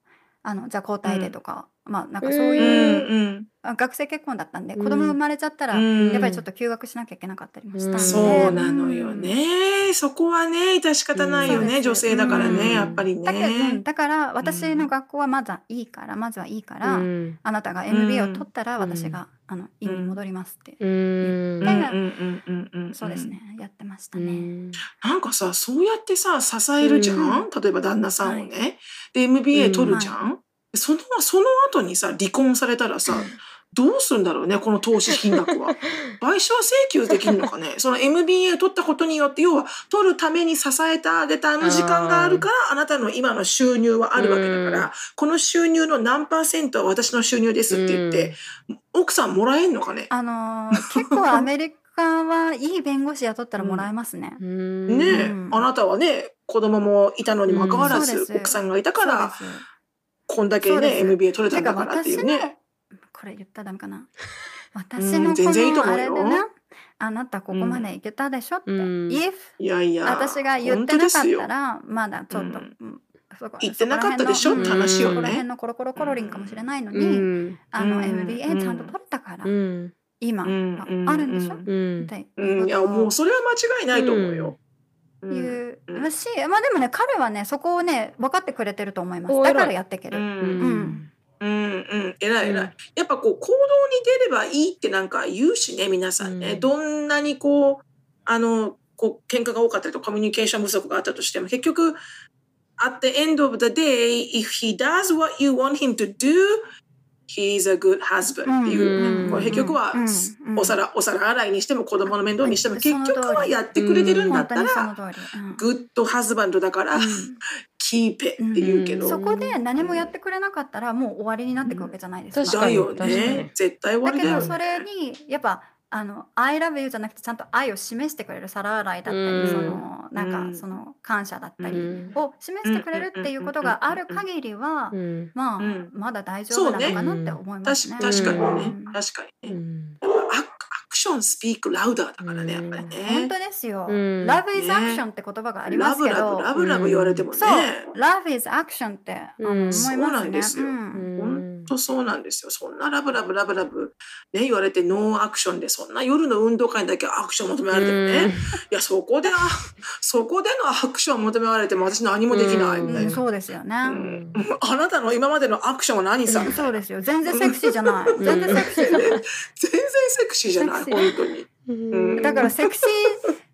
Speaker 1: あのじゃあ交代でとか、まあなんかそういう、
Speaker 3: うん
Speaker 1: あ学生結婚だったんで、
Speaker 2: うん
Speaker 1: 子供生まれちゃったら、
Speaker 3: うん
Speaker 1: やっぱりちょっと休学しなきゃいけなかったりもしたんで、
Speaker 3: そうなのよね。そこはね、致し方ないよ
Speaker 1: うんそう
Speaker 3: ね。
Speaker 1: です
Speaker 3: 女性だか
Speaker 2: う
Speaker 3: ら
Speaker 2: ん
Speaker 3: ね、やっぱり
Speaker 1: だけど、うん
Speaker 3: ね。
Speaker 1: だから私の学校はまだいいから、まずはいいから、
Speaker 2: うん。
Speaker 1: あなたが MBA を取ったら
Speaker 2: うん
Speaker 1: 私が、あの院に戻りますって、
Speaker 2: うん。
Speaker 1: だか
Speaker 3: うん
Speaker 1: ら
Speaker 3: うんうんうんうん
Speaker 1: そうですね、やってました
Speaker 2: う
Speaker 1: ね。
Speaker 2: ん
Speaker 3: なんかさ、そうやってさ、支えるじゃん、例えば旦那さんをね。で、
Speaker 2: う
Speaker 3: MBA
Speaker 2: ん
Speaker 3: 取るじゃん、その、その後にさ、離婚されたらさ、どうするんだろうね、この投資金額は。賠償請求できるの かねその MBA 取ったことによって、要は、取るために支えてあげたあの時間があるから、あなたの今の収入はあるわけだから、
Speaker 2: うん
Speaker 3: この収入の何パーセントは私の収入ですって言って、奥さんもらえんのかね
Speaker 1: あのー結構アメリカはいい弁護士雇ったらもらえますね。
Speaker 2: うん。
Speaker 3: ねえ、
Speaker 1: うん
Speaker 3: あなたはね、子供もいたのにもかかわら
Speaker 1: うんそう
Speaker 3: ず
Speaker 1: で、す
Speaker 3: 奥さんがいたから、
Speaker 1: そうです
Speaker 3: こんだけ
Speaker 1: そう
Speaker 3: ね
Speaker 1: です
Speaker 3: MBA 取れた
Speaker 1: て
Speaker 3: ん
Speaker 1: か
Speaker 3: だからってい
Speaker 1: 私の、
Speaker 3: うね。
Speaker 1: これ言ったらダメかな私のこ
Speaker 3: 全然いいと
Speaker 1: の
Speaker 3: 思う
Speaker 1: あ
Speaker 3: よ
Speaker 1: れでなあなたここまでいけたでしょって、
Speaker 2: うん
Speaker 1: If
Speaker 3: いやいや
Speaker 1: 私が言ってなかっ
Speaker 3: 本当ですよ
Speaker 1: たらまだちょっと、
Speaker 3: うん
Speaker 1: うんそこ
Speaker 3: 言ってなかったでしょ
Speaker 1: そ
Speaker 3: っ
Speaker 1: こ
Speaker 3: て
Speaker 1: ら辺の
Speaker 3: 話
Speaker 1: うんそ
Speaker 3: よ
Speaker 1: こら辺
Speaker 3: ね。
Speaker 1: のコロコロコロリンかもしれないのに、
Speaker 2: うん。
Speaker 1: あ
Speaker 3: う
Speaker 1: の
Speaker 3: ん
Speaker 1: MBA ちゃんと取れたから、
Speaker 2: うん。
Speaker 1: 今、
Speaker 3: うん
Speaker 1: あるんでしょ、
Speaker 3: う
Speaker 1: っ
Speaker 2: うん。
Speaker 1: て
Speaker 3: うん、いやもうそれは間違いないと思うよ。うん
Speaker 1: いう、
Speaker 3: うん
Speaker 1: らしいまあでもね彼はねそこをね分かってくれてると思います
Speaker 2: お偉い
Speaker 1: だからやっていけ
Speaker 3: う
Speaker 1: る、
Speaker 3: ん
Speaker 1: ん
Speaker 3: うんうん、偉い偉い、
Speaker 2: うん
Speaker 3: やっぱこう行動に出ればいいってなんか言うしね皆さんね、
Speaker 2: うん
Speaker 3: どんなにこうあのこう喧嘩が多かったりとかコミュニケーション不足があったとしても結局 at the end of the day if he does what you want him to do he's a good husband っていう、
Speaker 2: うん
Speaker 3: これ結局は、
Speaker 1: うんうん
Speaker 3: お皿お皿洗いにしても子供の面倒にしても
Speaker 1: うん
Speaker 3: 結局はやってくれてるんだ
Speaker 1: 本
Speaker 3: っ
Speaker 1: 当
Speaker 3: た
Speaker 1: にそ
Speaker 3: ら
Speaker 1: の通り、うん
Speaker 3: グッドハズバンドだから、キーペって言うけど、
Speaker 2: うん
Speaker 1: そこで何もやってくれなかったらもう終わりになっていくわけじゃないですか。
Speaker 2: うん確
Speaker 3: だ
Speaker 2: かに
Speaker 3: よ
Speaker 2: 確かに
Speaker 3: ね絶対終わ
Speaker 1: だ
Speaker 3: り
Speaker 1: け
Speaker 3: だよ
Speaker 1: ど
Speaker 3: ね
Speaker 1: それにやっぱあの「I love you」じゃなくてちゃんと愛を示してくれる皿洗いだったり、
Speaker 2: うん
Speaker 1: そのな
Speaker 3: うんん
Speaker 1: かその感謝だった
Speaker 2: う
Speaker 1: り
Speaker 2: ん
Speaker 1: を示してくれるっていうことがある限りは、
Speaker 2: うん。
Speaker 1: まあ、
Speaker 3: うん
Speaker 1: まだ大丈夫なのかなって思います
Speaker 3: 確
Speaker 1: ね。
Speaker 3: か確かにね、
Speaker 1: うん
Speaker 3: 確かに
Speaker 2: う
Speaker 3: ね。
Speaker 2: ん。
Speaker 3: やっぱアクアクションスピークラウダーだからね、や
Speaker 2: う
Speaker 3: っ
Speaker 2: ん
Speaker 3: ぱりね。
Speaker 1: 本当ですよ。
Speaker 2: うん
Speaker 1: Love is action って言葉がありま
Speaker 3: ラ
Speaker 1: す
Speaker 3: ブ
Speaker 1: け
Speaker 3: ラブ
Speaker 1: ど、
Speaker 3: ラブラブ言われてもね
Speaker 1: そ、う、Love is action ってあの
Speaker 2: うん
Speaker 1: 思います
Speaker 3: そ
Speaker 1: ね。
Speaker 3: うなんですよ
Speaker 1: うん
Speaker 3: 本当そうなんですよ。そんなラブラブラブラブね言われてノーアクションでそんな夜の運動会にだけアクション求められてもね、
Speaker 2: うん
Speaker 3: いやそこであ そこでのアクション求められても私何もできないみたい
Speaker 1: うん
Speaker 3: な。
Speaker 1: そうですよね。
Speaker 3: うんあなたの今までのアクションは何さ、
Speaker 1: そうですよ。全然セクシーじゃない。 全然セクシーじゃない。
Speaker 3: 全然セクシーじゃない
Speaker 1: セ
Speaker 3: 本
Speaker 1: クシー
Speaker 3: 当に。
Speaker 2: うん
Speaker 1: だからセクシー、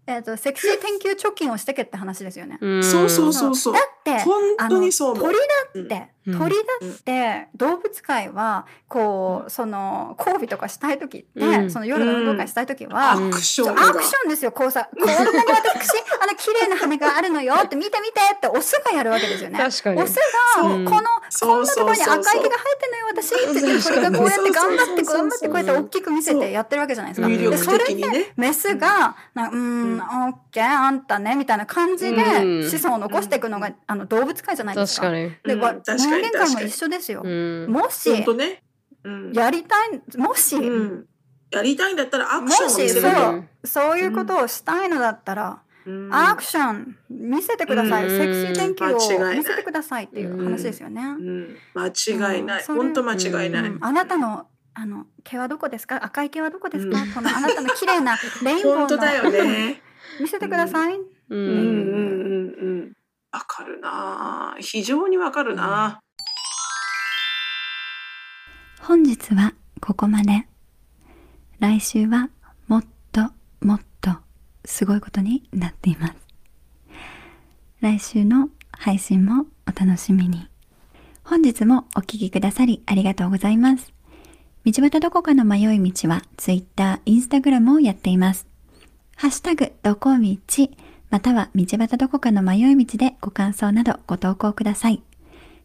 Speaker 1: えっと、セクシー研究貯金をしてけって話ですよね。
Speaker 2: うん
Speaker 3: そうそうそうそう
Speaker 1: だ。って、
Speaker 3: 本当にそう
Speaker 1: あ
Speaker 3: 思
Speaker 1: の
Speaker 3: う
Speaker 1: 鳥
Speaker 3: う
Speaker 1: だって、
Speaker 2: うん
Speaker 1: 鳥だって、動物界は、こう、その、交尾とかしたい時って、
Speaker 2: うん
Speaker 1: その夜の運動会したい時は、
Speaker 3: アクシ
Speaker 1: ち
Speaker 3: ョ
Speaker 1: ょ
Speaker 3: ン
Speaker 1: ア
Speaker 3: が。
Speaker 1: クションですよ、こうさ、こん なに私、あの、綺麗な羽があるのよって、見て見てって、オスがやるわけですよね。
Speaker 2: 確かに
Speaker 1: オスが、
Speaker 3: そう
Speaker 1: この、こん
Speaker 3: そう
Speaker 1: なとこ
Speaker 3: そう
Speaker 1: ろに赤
Speaker 3: そう
Speaker 1: い毛が
Speaker 3: そう
Speaker 1: 生えてんのよ、私って言って、これがこうやって頑張って、
Speaker 3: そうそうそうそう
Speaker 1: 頑張って、こうやって大きく見せてやってるわけじゃないですか。
Speaker 3: 魅
Speaker 1: でそ
Speaker 3: 力
Speaker 1: れ
Speaker 3: 的にね。
Speaker 1: メスが、なうーん、オッケー、あんたね、みたいな感じ
Speaker 2: う
Speaker 1: で
Speaker 2: ん
Speaker 1: 子孫を残していくのが、あの動物界じゃないです
Speaker 2: 確
Speaker 1: か。
Speaker 2: かに。
Speaker 1: で、わ
Speaker 3: うん確
Speaker 1: 人
Speaker 3: か
Speaker 1: 間
Speaker 3: に
Speaker 1: 界も一緒ですよ
Speaker 2: う。ん。
Speaker 1: もし
Speaker 3: 本、当ね。うん
Speaker 1: やりたい、もし、
Speaker 3: うんやりたいんだったらアク
Speaker 6: も
Speaker 3: ションを見
Speaker 6: し
Speaker 3: せる
Speaker 6: そ
Speaker 3: べき
Speaker 2: よ
Speaker 6: うそういうことをしたいのだったら、
Speaker 3: うん
Speaker 6: アクション見せてください、
Speaker 2: うん
Speaker 6: セクシー天気
Speaker 3: 間違いな
Speaker 6: を
Speaker 3: い
Speaker 6: 見せてくださいっていう話ですよね。
Speaker 3: うん間違いな
Speaker 6: う
Speaker 3: い。
Speaker 6: んそれ
Speaker 3: 本当間違いな
Speaker 2: う
Speaker 3: い
Speaker 6: うん。あなたのあの毛はどこですか赤い毛はどこですか、
Speaker 3: うん
Speaker 6: このあなたの綺麗なレインボ
Speaker 3: 本
Speaker 6: ー
Speaker 3: 当だよ
Speaker 6: の
Speaker 3: ね。
Speaker 6: 見せてください、
Speaker 2: う
Speaker 3: うんうん
Speaker 2: ん
Speaker 3: うんうん。わかるなぁ。非常にわかるな
Speaker 1: 本日はここまで。来週はもっともっとすごいことになっています。来週の配信もお楽しみに。本日もお聞きくださりありがとうございます。道端どこかの迷い道は Twitter、Instagram をやっています。ハッシュタグ、どこみち、または道端どこかの迷い道でご感想などご投稿ください。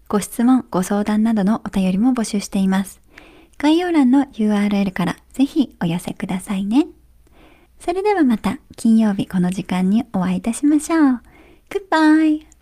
Speaker 1: ご質問、ご相談などのお便りも募集しています。概要欄の URL からぜひお寄せくださいね。それではまた金曜日この時間にお会いいたしましょう。Goodbye!